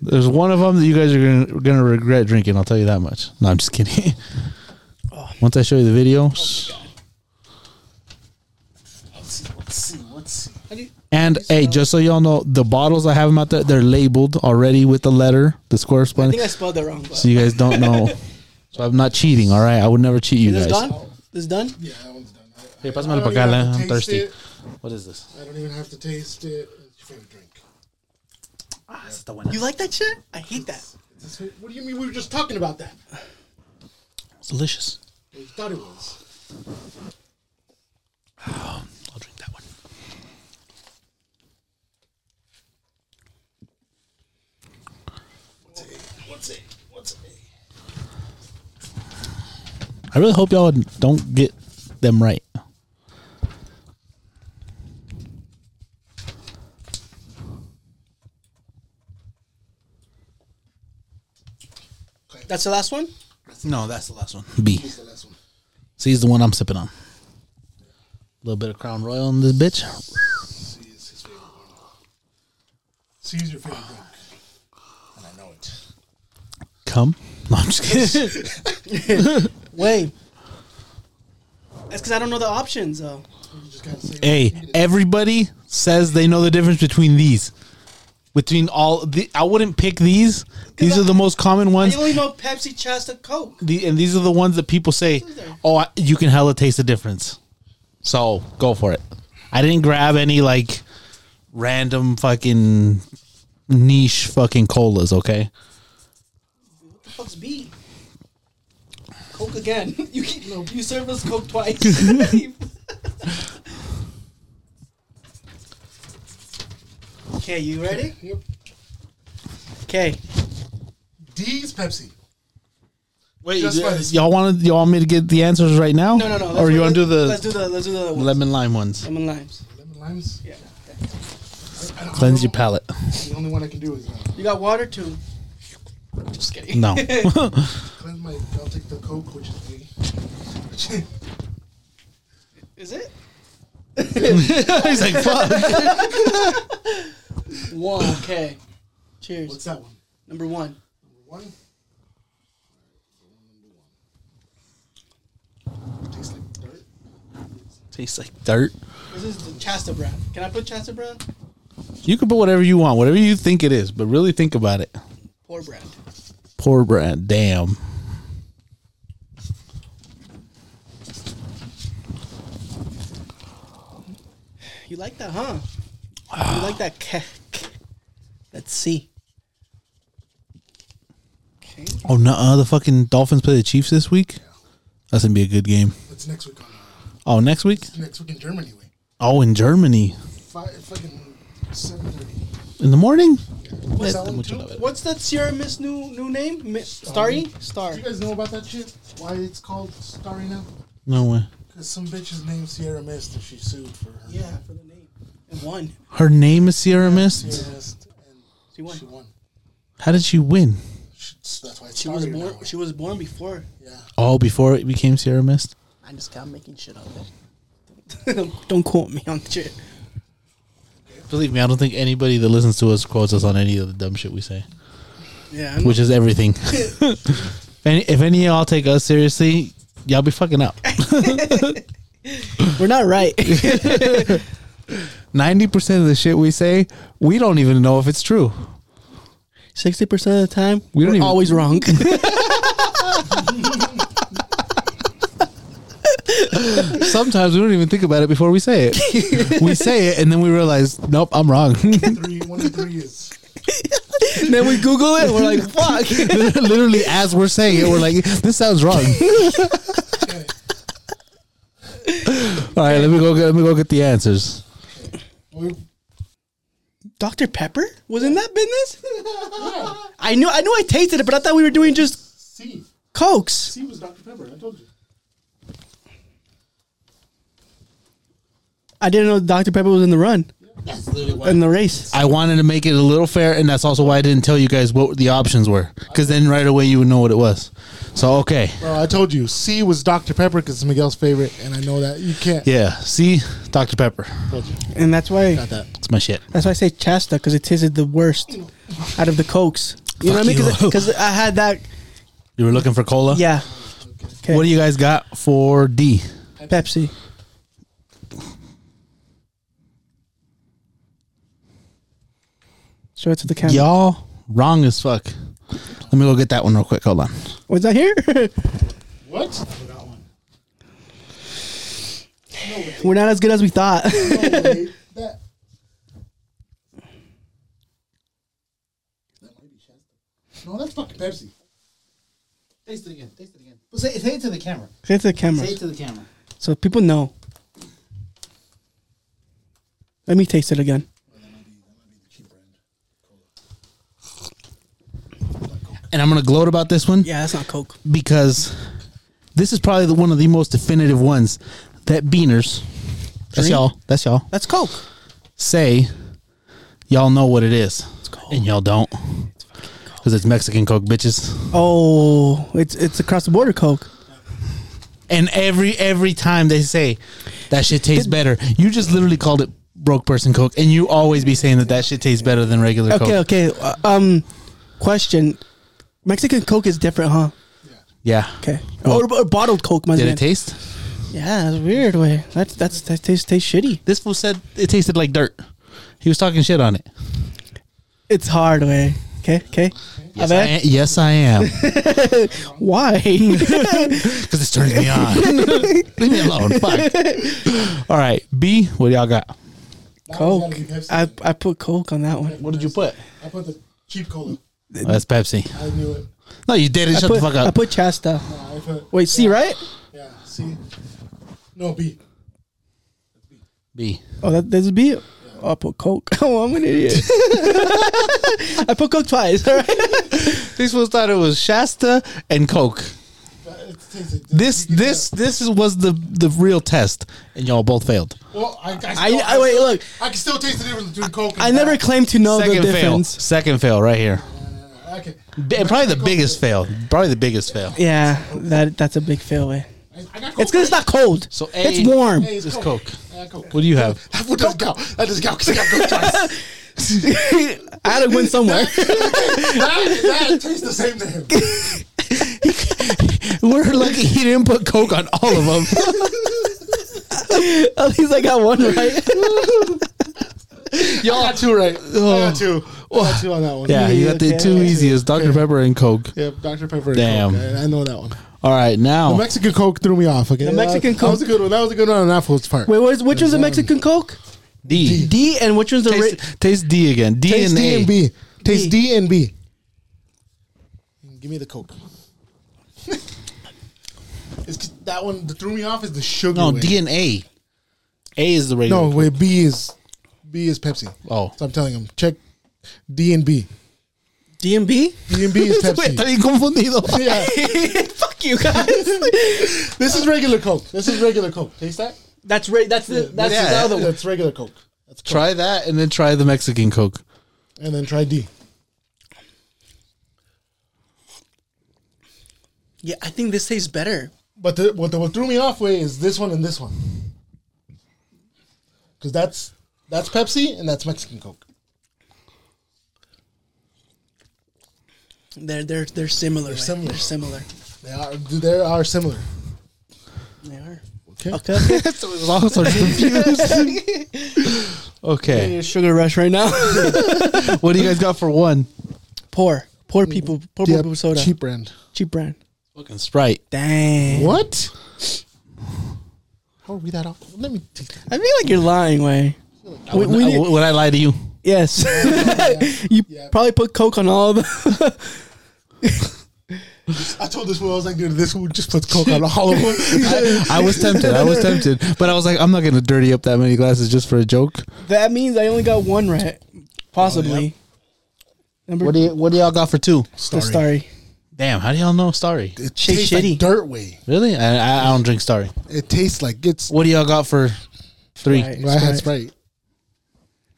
There's one of them that you guys are gonna, gonna regret drinking. I'll tell you that much. No, I'm just kidding. Oh. Once I show you the video, Let's see, let's see, let's see. How do you- and hey, just so y'all know, the bottles I have them out there, they're labeled already with the letter, the I corresponding. think I spelled that wrong. But so you guys don't know. so I'm not cheating. All right, I would never cheat you Is this guys. done? This done? Yeah, that one's done. I- Hey, I pásamelo don't pa' acá, even have la- to I'm taste thirsty. it. What is this? I don't even have to taste it. It's your favorite drink. This is the winner. You like that shit? I hate that. Is this it? What do you mean? We were just talking about that. It's delicious. We thought it was. I'll drink that one. What's it? What's it? What's it? I really hope y'all don't get them right. That's the last one. No, that's the last one. B. It's the last one. See, is the one I'm sipping on. A little bit of Crown Royal in this bitch. C is his favorite one. C is your favorite drink. And I know it. Come. No, I'm just kidding. Wait. That's because I don't know the options though. You just gotta say. hey, everybody says they know the difference between these. Between all the, I wouldn't pick these. These are the most common I ones. only know Pepsi, Chasta, Coke. The, and these are the ones that people say, "Oh, I, you can hella taste the difference." So go for it. I didn't grab any like random fucking niche fucking colas. Okay, What the fuck's B? Coke again. You can, you served us Coke twice. okay, you ready? Yep. Okay. D's Pepsi. wait, Just for this- y'all wanted y'all want me to get the answers right now? No, no, no. let's Or you want to do Let's the do the. Let's do the other ones. lemon lime ones? Lemon limes. Lemon limes? Yeah. I don't Cleanse know. your palate. The only one I can do is uh, You got water too. Just kidding. No. cleanse my. I'll take the Coke, which is me. Is it? He's like, fuck. Whoa. Okay. Cheers. What's that one? Number one. Number one. Tastes like dirt. Tastes like dirt. This is the Chasta brand. Can I put Chasta brand? You can put whatever you want, whatever you think it is, but really think about it. Poor brand. Poor brand. Damn. You like that, huh? You like that? K- k- Let's see. Okay. Oh no! Uh, the fucking Dolphins play the Chiefs this week. That's gonna be a good game. That's next week on. Uh, Oh, next week? next week in Germany, wait. Oh, in Germany Five, fucking seven thirty. in the morning. What's that Let one me check too? out it. What's that Sierra Miss new new name? Mi- Starry? Star. Do you guys know about that shit? Why it's called Starry now? No way. Because some bitch's named Sierra Mist and she sued for her. Yeah, for the name. And one. Her name is Sierra Mist. Sierra Mist. And She won. she won. How did she win? She, that's why it's She was Starry born. now. She was born before. yeah. Oh, before it became Sierra Mist. I just got making shit up. Don't quote me on shit. Believe me, I don't think anybody that listens to us quotes us on any of the dumb shit we say, Yeah. I know. which is everything. if, any, if any of y'all take us seriously, y'all be fucking up. We're not right. Ninety percent of the shit we say, we don't even know if it's true. Sixty percent of the time, We we don't are even- always wrong. Sometimes we don't even think about it before we say it. we say it and then we realize, nope, I'm wrong. Three, one of three is. then we Google it. We're like, fuck. Literally, as we're saying it, we're like, this sounds wrong. Okay. All right, let me go. Get, let me go get the answers. We're, Dr. Pepper was in that business. I knew. I knew. I tasted it, but I thought we were doing just C. cokes. C was Dr. Pepper. I told you. I didn't know Dr. Pepper was in the run, in the race. I wanted to make it a little fair, and that's also why I didn't tell you guys what the options were, because then right away you would know what it was. So okay, Bro, I told you. C was Dr. Pepper because it's Miguel's favorite, and I know that. You can't. yeah. See, Dr Pepper, Told you. And that's why. Got that. it's my shit. That's why I say Chasta because it tasted the worst out of the cokes. You know Fuck what I mean? you. Because I had that. You were looking for cola. Yeah. Okay. What do you guys got for D? Pepsi. Show it to the camera. Y'all wrong as fuck. Let me go get that one real quick. Hold on. Was that here? What? I forgot one. We're not as good as we thought. No way. That. That might be Shasta. Oh, No, that's fucking Pepsi. Taste it again. Taste it again. Well, say, say it to the camera. Say it to the camera Say it to the camera. so people know. Let me taste it again. And I'm gonna gloat about this one. Yeah, that's not Coke. because this is probably the, one of the most definitive ones that beaners that's Drink? y'all that's y'all That's Coke. say y'all know what it is Coke. and y'all don't because it's mexican coke bitches Oh, it's it's across the border Coke. and every every time they say that shit tastes better you just literally called it broke person coke and you always be saying that that shit tastes better than regular Okay, coke okay. Uh, um, question: Mexican Coke is different, huh? yeah Okay. Well- or, or bottled Coke, my Oh. did man. it taste yeah, that's weird. Way that's that's that tastes tastes shitty. this fool said it tasted like dirt he was talking shit on it It's hard, way. Okay, okay. yes i am, yes, I am. Why? Because this turns me on. Leave me alone. Fuck. All right. B, what y'all got? Oh, That one's Coke. gotta be Pepsi. I, I put Coke on that one. What did you put? I put the cheap cola. that's Pepsi. I knew it. No, you did it. I Shut put, the fuck I up. put Chasta. No, I put. Wait, C, right? Yeah, C. No, B. B. Oh, that, that's B. Oh, I put Coke. Oh, I'm an idiot. I put Coke twice. All right. These fools thought it was Shasta and Coke. That- It's taste it. This You can this this is, was the the real test, and y'all both failed. tell. Well, I, I, still, I, I wait. Look, I can still taste the difference between Coke. And I never claimed to know the Second fail. difference. Second fail right here. I can, B- Probably the biggest fail. Probably the biggest fail. Yeah, that that's a big fail. Eh? I got Coke. It's because it's not cold. So A- it's warm. Hey, it's Just Coke. Coke. I got Coke. What do you have? That one doesn't count. That doesn't count because I got Coke twice. I had to win somewhere. that, that tastes the same to him. We're lucky he didn't put Coke on all of them. At least I got one right. Y'all got two right. I got two. I got two on that one. yeah, you Oh. Yeah, got the okay. two easiest: Dr Pepper and Coke. Yep, Dr. Pepper. and Damn. Coke. I, I know that one. All right, The now Mexican Coke threw me off. Okay, The Mexican that, That was a Coke- good one. That was a good one on that fool's part. Wait, what is, which one's the Mexican Coke? D. D, and which one's the ra- Taste, taste D again. D Taste and D A. and B. Taste B. D and B. Give me the Coke. it's 'cause that one that threw me off is the sugar. No, way. D and A. A is the regular. No, wait. B is B is Pepsi. Oh. so I'm telling him check D and B. D and B? D and B is Wait, Pepsi. estoy confundido. yeah, Fuck you guys. this is regular Coke. This is regular Coke. Taste that. that's right. That's the that's Yeah. the other one. That's regular Coke. That's Coke. Try that and then try the Mexican Coke. and then try D. Yeah, I think this tastes better. But the, what, the, what threw me off way is this one and this one, because that's that's Pepsi and that's Mexican Coke. They're they're they're similar. They're similar. They're similar. They are they are similar. They are. Okay. Okay. okay. so it was also confused. okay, Your sugar rush right now. what do you guys got for one? poor poor people. Poor Yeah, people soda. Cheap. cheap brand. brand. Fucking Sprite. Dang. What? How are we that off? Let me. Take that. I feel like you're lying, way. We, Would, we need- would I lie to you? yes. you probably put Coke on all of them. I told this fool I was like, dude, this fool just puts Coke on all of them. I was tempted. I was tempted, but I was like, I'm not gonna dirty up that many glasses just for a joke. that means I only got one right. Possibly. Number Oh, What do you, What do y'all got for two? the starry. Damn, how do y'all know Starry? It Tastes tastes shitty. like dirt way. Really? I, I, I don't drink Starry. It tastes like it's. What do y'all got for three? Sprite. I had Sprite.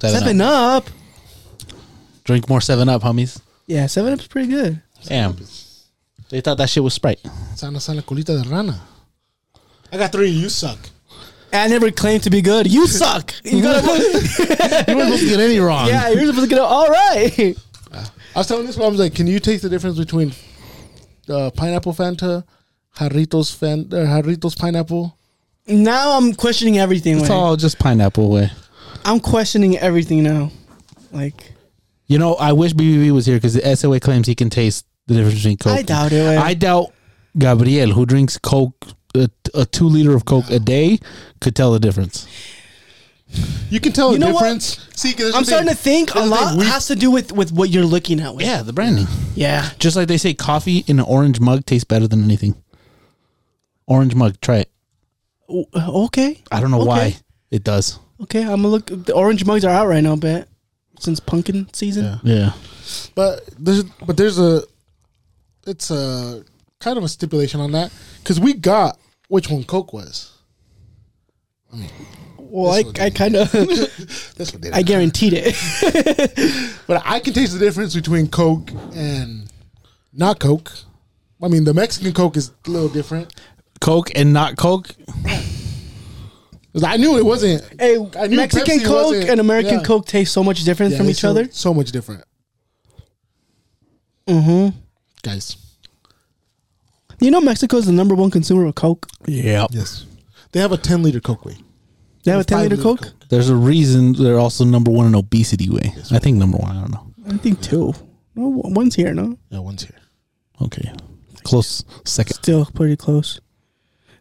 Seven, Seven up. up. Drink more Seven Up, homies. Yeah, seven up's pretty good. Damn, they thought that shit was Sprite. Sana sana colita de rana. I got three. You suck. I never claimed to be good. You suck. You gotta. You weren't supposed to get any wrong. yeah, you're supposed to get it all right. I was telling this one, I was like, can you taste the difference between uh, pineapple Fanta, Jarritos Fanta, uh, Jarritos pineapple? Now I'm questioning everything. It's Wayne. all just pineapple way. I'm questioning everything now. Like You know, I wish BBB was here because the SOA claims he can taste the difference between Coke. I doubt it. Wayne. I doubt Gabriel, who drinks Coke, a, a two liter of Coke a day, could tell the difference. You can tell You the know what? difference. See, 'cause that's I'm the thing. starting to think a That's the lot thing. We- has to do with with what you're looking at. Wayne. Yeah, the branding. Yeah. Just like they say, coffee in an orange mug tastes better than anything. Orange mug, try it. O- Okay. I don't know Okay. why it does. Okay. I'm gonna look. The orange mugs are out right now, bet. Since pumpkin season. Yeah. Yeah, But there's but there's a it's a kind of a stipulation on that because we got which one Coke was. Well, I, I kind of That's what did I it. guaranteed it. But I can taste the difference between Coke and not Coke. I mean, the Mexican Coke is a little different. Coke and not Coke. 'Cause I knew it wasn't. Hey, I knew Mexican Pepsi Coke wasn't- and American yeah. Coke taste so much different Yeah, from they're each so- other. So much different, Mm-hmm. guys. You know, Mexico is the number one consumer of Coke. Yeah, Yes, they have a ten liter Coke way. They have a 10 Five liter liter Coke? there's a reason they're also number one in obesity way. I think number one. I don't know. I think two. No, one- one's here, no? Yeah, one's here. Okay, close second. Still pretty close.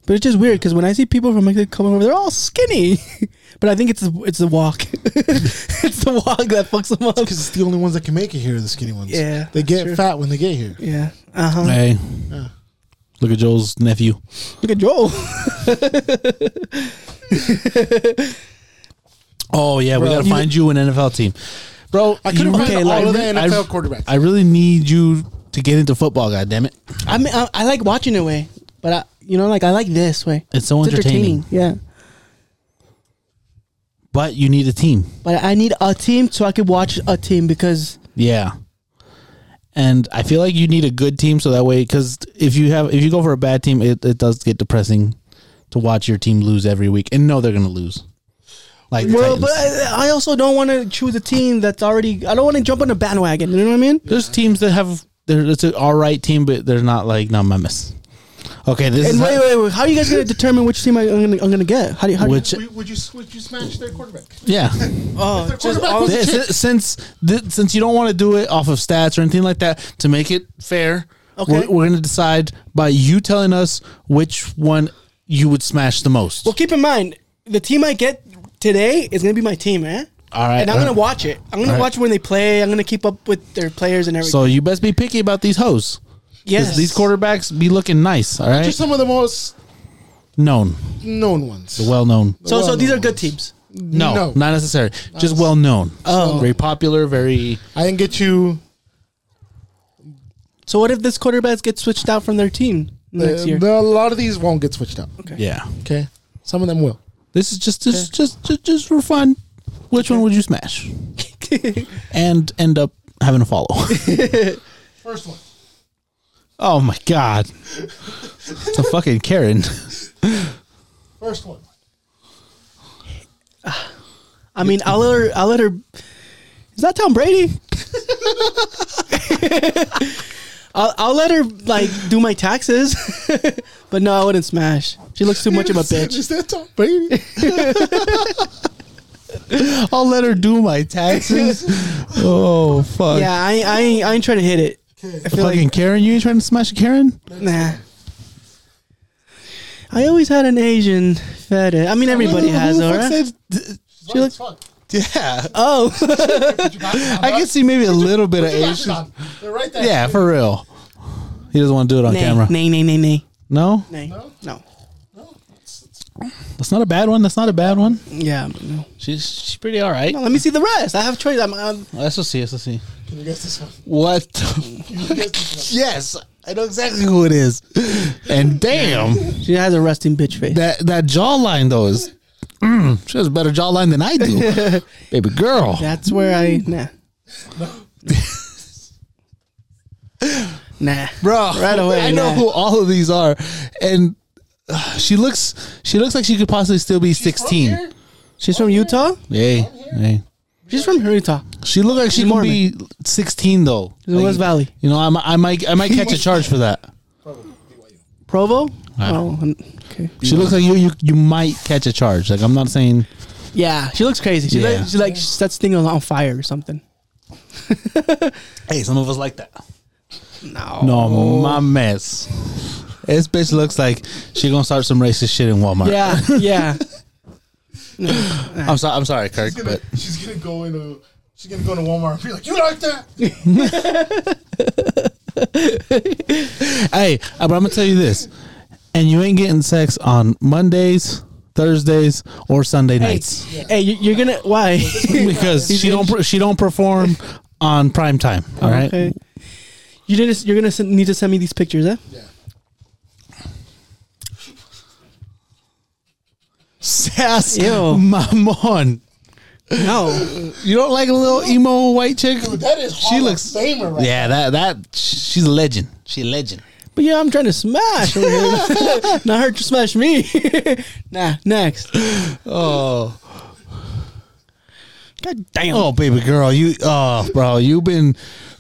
But it's just weird because when I see people from Mexico coming over, they're all skinny. but I think it's the, it's the walk. it's the walk that fucks them up. Because Oh, it's the only ones that can make it here. The skinny ones. Yeah, they that's get true. fat when they get here. Yeah. Uh huh. Hey, Yeah. look at Joel's nephew. Look at Joel. Oh yeah, we Bro, gotta you- find you an NFL team, bro. I couldn't you- find all like, of the I- NFL quarterbacks. I really need you to get into football. God damn it! I mean, I, I like watching it way. But I, you know, like I like this way. It's so entertaining. Yeah. But you need a team. But I need a team so I could watch a team because Yeah. And I feel like you need a good team so that way cuz if you have if you go for a bad team it, it does get depressing to watch your team lose every week and no they're going to lose. Like the well, Titans. but I I also don't want to choose a team that's already. I don't want to jump on a bandwagon. You know what I mean? there's teams that have they're it's an all right team but they're not like no miss. Okay, this And is wait, wait, wait. How are you guys gonna determine which team I, am gonna I'm gonna get? How do you? How do you which Would, would you would you smash their quarterback? yeah. oh, just quarterback all- was- This- since th- since you don't want to do it off of stats or anything like that to make it fair Okay. we're, we're going to decide by you telling us which one you would smash the most well, keep in mind the team I get today is gonna be my team, man. All right. and I'm gonna watch it. I'm gonna All right. watch when they play. I'm gonna keep up with their players and everything. so you best be picky about these hoes 'Cause yes, these quarterbacks be looking nice all right Just some of the most known known ones. well known So, so Well, these no are good worries. teams. no, No. not necessary just well known Oh. very popular very I can get you So what if this quarterbacks get switched out from their team next Um, uh, year? there- a lot of these won't get switched up. Okay. yeah Some of them will. this is just just just, just, just for fun which one would you smash and end up having to follow First one. Oh my god. It's a fucking Karen. First one. I mean, I'll let her. I'll let her. Is that Tom Brady? I'll, I'll let her like do my taxes, but no, I wouldn't smash. She looks too much of a bitch. Is that Tom Brady? I'll let her do my taxes. oh fuck. Yeah, I, I, ain't, I ain't trying to hit it. I feel Fucking like Karen, you ain't trying to smash a Karen? nah. I always had an Asian fetish. I mean, everybody Who the has, fuck alright. said- d- She looks fuck. Yeah. Oh, I can see maybe a little bit of Asian. They're right there. Yeah, for real. He doesn't want to do it on nay, camera. nay, nay, nay, nay, No? nay. No? No. That's not a bad one. That's not a bad one. Yeah. but No. She's she's pretty all right. No, Let me see the rest. I have choice. I'm, I'm Let's just see. Let's just see. Can you guess this one? What the Can you guess this Yes. I know exactly who it is. And damn. She has a resting bitch face. That that jawline though is mm, she has a better jawline than I do. Baby girl. That's where I nah. nah. Bro, Right away, I know yeah. who all of these are. And uh, she looks she looks like she could possibly still be one? 16. Here? She's from Utah? Hey. Hey. She's from Utah. She looked like she could Mormon. be 16 though. The Like, West Valley. You know, I might I might I might catch a charge for that. Provo? Oh, n- okay. She looks like you you you might catch a charge. Like I'm not saying Yeah, she looks crazy. She Yeah. like, she like sets things on fire or something. hey, some of us like that. No. No, my mess. This bitch looks like she gonna start some racist shit in Walmart. Yeah, yeah. I'm sorry. I'm sorry, Kirk, She's gonna, but she's gonna go into she's gonna go into Walmart and be like, "You like that?" hey, uh, but I'm gonna tell you this, and you ain't getting sex on Mondays, Thursdays, or Sunday nights Hey, you, you're gonna why? because she don't per- she don't perform on prime time. All right, Okay. You didn't, you're gonna s- need to send me these pictures, eh? huh? Yeah. sass, Ew. mamon. No. You don't like a little emo white chick? Dude, that is She Hall of looks- Famer right Yeah, that that she's a legend. She a legend. But yeah, I'm trying to smash. over here. Not her to smash me. nah, next. Oh. God damn. Oh, baby girl, you oh, bro, you've been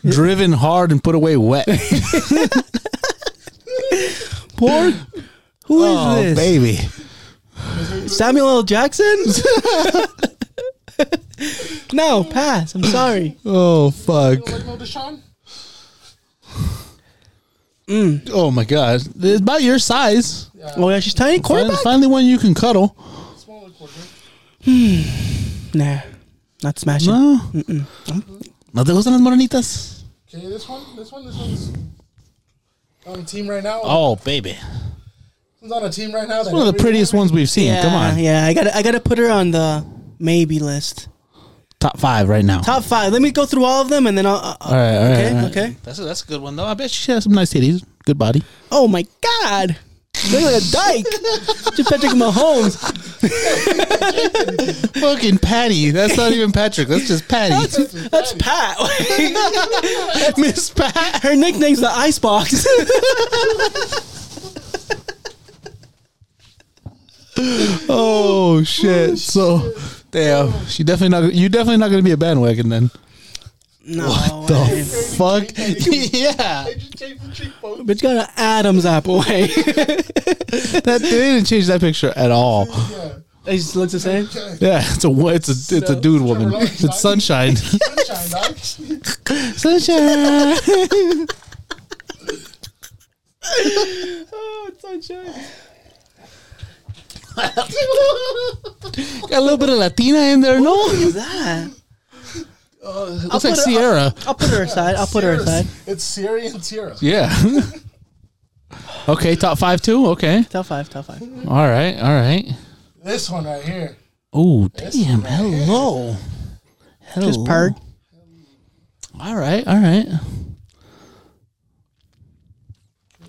driven hard and put away wet. Poor. Who is oh, this? baby. Samuel L. Jackson? no, pass. I'm sorry. Oh fuck. You don't like no Deshaun? Oh my god. It's about your size. Oh yeah, she's tiny Finally, quarterback. finally one you can cuddle. Smaller quarterback. Nah, not smashing. No. No te gustan las morenitas? Okay, this one, this one, this one's on a team right now. Oh baby. This one's on a team right now. That's One of the prettiest ones we've seen. Yeah, Come on. Yeah, I gotta, I gotta put her on the maybe list. Top five right now. Top five. Let me go through all of them and then I'll. I'll All right, all right. okay, all right. okay. That's a, that's a good one though. I bet she has some nice titties. Good body. Oh my god. Look like a dyke. Just Patrick Mahomes. Fucking Patty. That's not even Patrick. That's just Patty. That's Pat. Miss Pat. Her nickname's the Icebox. Oh shit. So damn. She definitely not. You're definitely not gonna be a bandwagon then. no, The fuck. yeah. just changed the cheekbone. bitch got an Adam's apple. Hey, That they didn't change that picture at all. Yeah. it just looks the same. Yeah. It's a wo- it's a it's a dude woman. It's sunshine. Sunshine, dog. sunshine. Oh, it's sunshine. Got a little bit of Latina in there. No. Who's that? Looks like put it- Sierra. I'll put her aside. I'll put her aside. It's Siri and Tira. Yeah. okay, top five too. Okay, Top five. Top five. all right, all right. This one right here. Oh damn! Hello, hello. Just purred. All right, all right.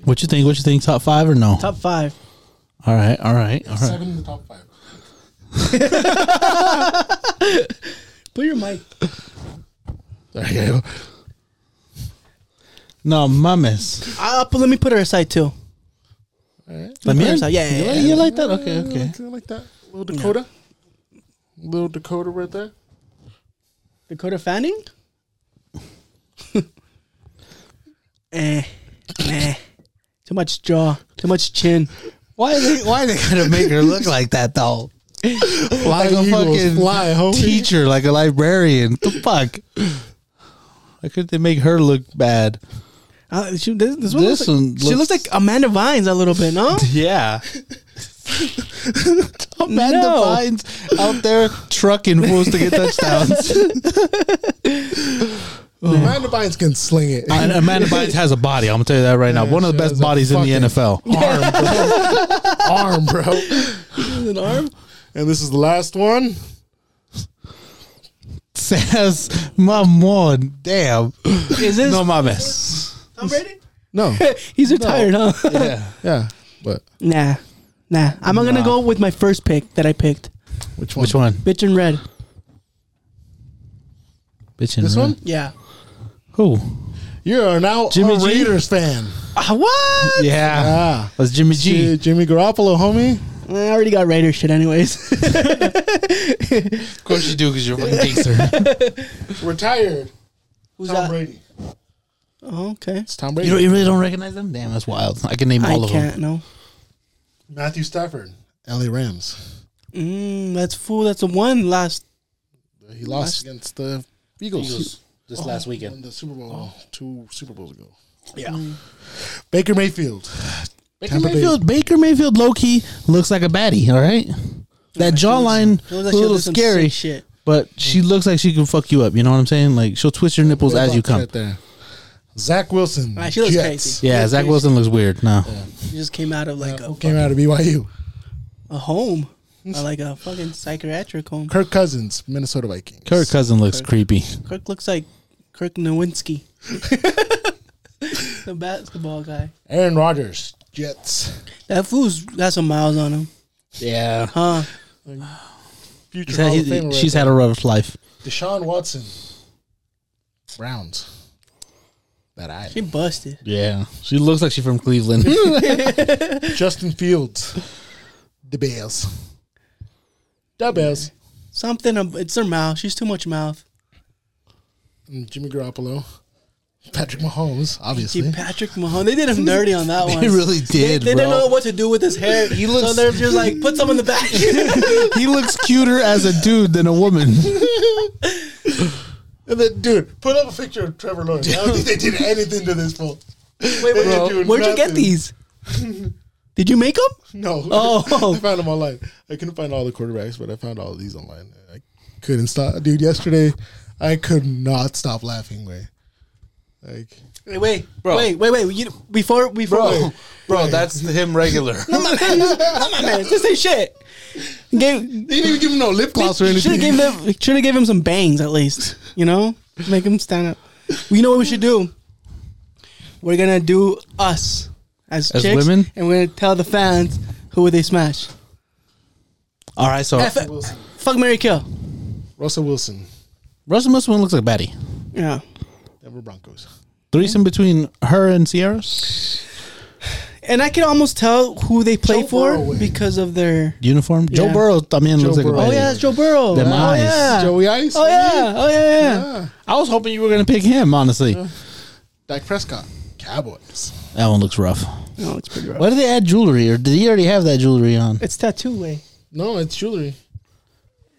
What you think? What you think? Top five or no? Top five. All right, all right, all right. Seven in the top five. Put your mic. There you go. No, mames. I'll put, Uh, let me put her aside too. Let put her aside. Yeah, yeah, You, yeah, like- you like that? Okay, I okay. like, I like that. Little Dakota. Little Dakota right there. Dakota Fanning. eh, eh. Too much jaw. Too much chin. Why they? Why they gonna make her look like that though? like a Eagles fucking fly, homie. teacher, like a librarian. the fuck? Why could they make her look bad? Uh, she, this, this one, looks, This one like, she looks looks- like Amanda Vines a little bit, no? Yeah. Amanda No. Bynes out there trucking fools to get touchdowns. Amanda Bynes can sling it. And Amanda Bynes has a body. I'm gonna tell you that right now. One of the she has best a bodies in the fucking- NFL. arm, bro. arm, bro. An arm. And this is the last one. Says, "Mamon, damn, Is this no mames." Tom Brady? No. He's retired, huh? Yeah. Yeah. But nah. Nah. I'm gonna go with my first pick that I picked. which one? Which one? Bitch in red. Bitch This one? Yeah. Who? You are now Jimmy a G? Raiders fan. Ah, what? Yeah. Ah. That's Jimmy G. Jimmy, Jimmy Garoppolo, homie. I already got Raider shit anyways. Of course you do, because you're a fucking gangster. Retired. Who's Tom Brady. Oh, okay. It's Tom you, Brady. don't- you really don't recognize them? Damn, that's wild. I can name I all of can't, them. no. Matthew Stafford. LA Rams. Mm, that's fool. That's the one last. He lost against the Eagles. This last Won the Super Bowl Oh, two Super Bowls ago. Mm. Yeah. Baker Mayfield. Baker Tampa Bay. Mayfield, Baker Mayfield, low key looks like a baddie. All right, that jawline It a was like she little did some scary, sick shit. but she looks like she can fuck you up. You know what I'm saying? Like she'll twist your nipples as you come. Right there. Zach Wilson. Alright, she looks Jets. crazy. Yeah, Zach Wilson looks weird. No, She just came out of like a, Who came out of BYU? a home, or like a fucking psychiatric home. Kirk Cousins, Minnesota Vikings. Kirk Cousin looks creepy. Kirk looks like Kirk Nowinski, the basketball guy. Aaron Rodgers, Jets. That fool's got some miles on him, Yeah, huh? Future she's had, Hall of Famer. she's had a rough life. Deshaun Watson, Browns. That eye. She busted. Yeah, she looks like she's from Cleveland. Justin Fields, the Bears. The Bears. Something. ab- It's her mouth. She's too much mouth. And Mm, Jimmy Garoppolo, Patrick Mahomes, obviously. See, Patrick Mahomes. They did him dirty on that one. he really did, They bro. didn't know what to do with his hair. He looks. So looks- they're just like, put some in the back. he looks cuter as a dude than a woman. and then, dude, put up a picture of Trevor Lawrence. I don't think they did anything to this fool. Wait, wait, Bro. where'd you get Nothing. these? Did you make them? No. Oh. I found them online. I couldn't find all the quarterbacks, but I found all of these online. I couldn't stop, dude. Yesterday, I could not stop laughing. Way, like Wait, wait, bro. wait, wait, wait. You, before, before. bro, that's him regular. Come on, man. Come on, man. This ain't shit. Gave, they didn't even give him no lip gloss or Should have anything. gave them. Should have gave him some bangs at least. You know, make him stand up. We know what we should do. We're gonna do us as, As chicks, women? and we're gonna tell the fans who would they smash. All right, so F- Wilson. fuck Mary Kill. Russell Wilson, Russell Wilson looks like Batty. Yeah. Denver Broncos. Threesome between her and Sierra. And I can almost tell who they play Joe for Burrow eh? win. because of their Uniform. Joe Yeah. Burrow. I mean, Joe looks like a Burrow. Oh Batty. yeah, that's Joe Burrow. Them oh, eyes. Yeah. Joey Ice. oh yeah. Oh yeah. yeah. Yeah. I was hoping you were gonna pick him. Honestly, Dak Prescott, Cowboys. that one looks rough. No, it's pretty rough. Why did they add jewelry, or did he already have that jewelry on? It's tattoo way. No, it's jewelry.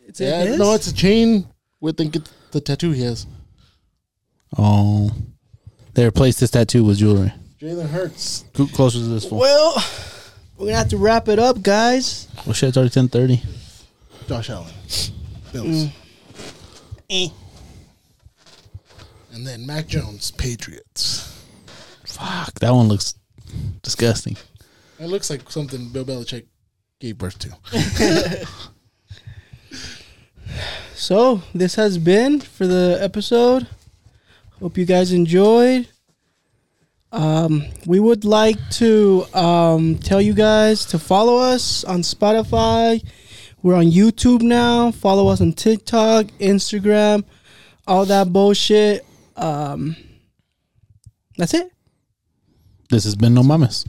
It's Yeah, it is? no, it's a chain with the, get the tattoo he has. Oh, they replaced his tattoo with jewelry. Jalen Hurts. Co- Closer to this one. well. We're gonna have to wrap it up, guys. Well, shit, it's already ten thirty. Josh Allen. Bills. Mm. Eh. And then Mac Jones, Patriots. Fuck, that one looks disgusting. That looks like something Bill Belichick gave birth to. So this has been for the episode. Hope you guys enjoyed. Um, we would like to um, tell you guys to follow us on Spotify. We're on YouTube now. Follow us on TikTok, Instagram, all that bullshit. Um, that's it. This has been no mamas.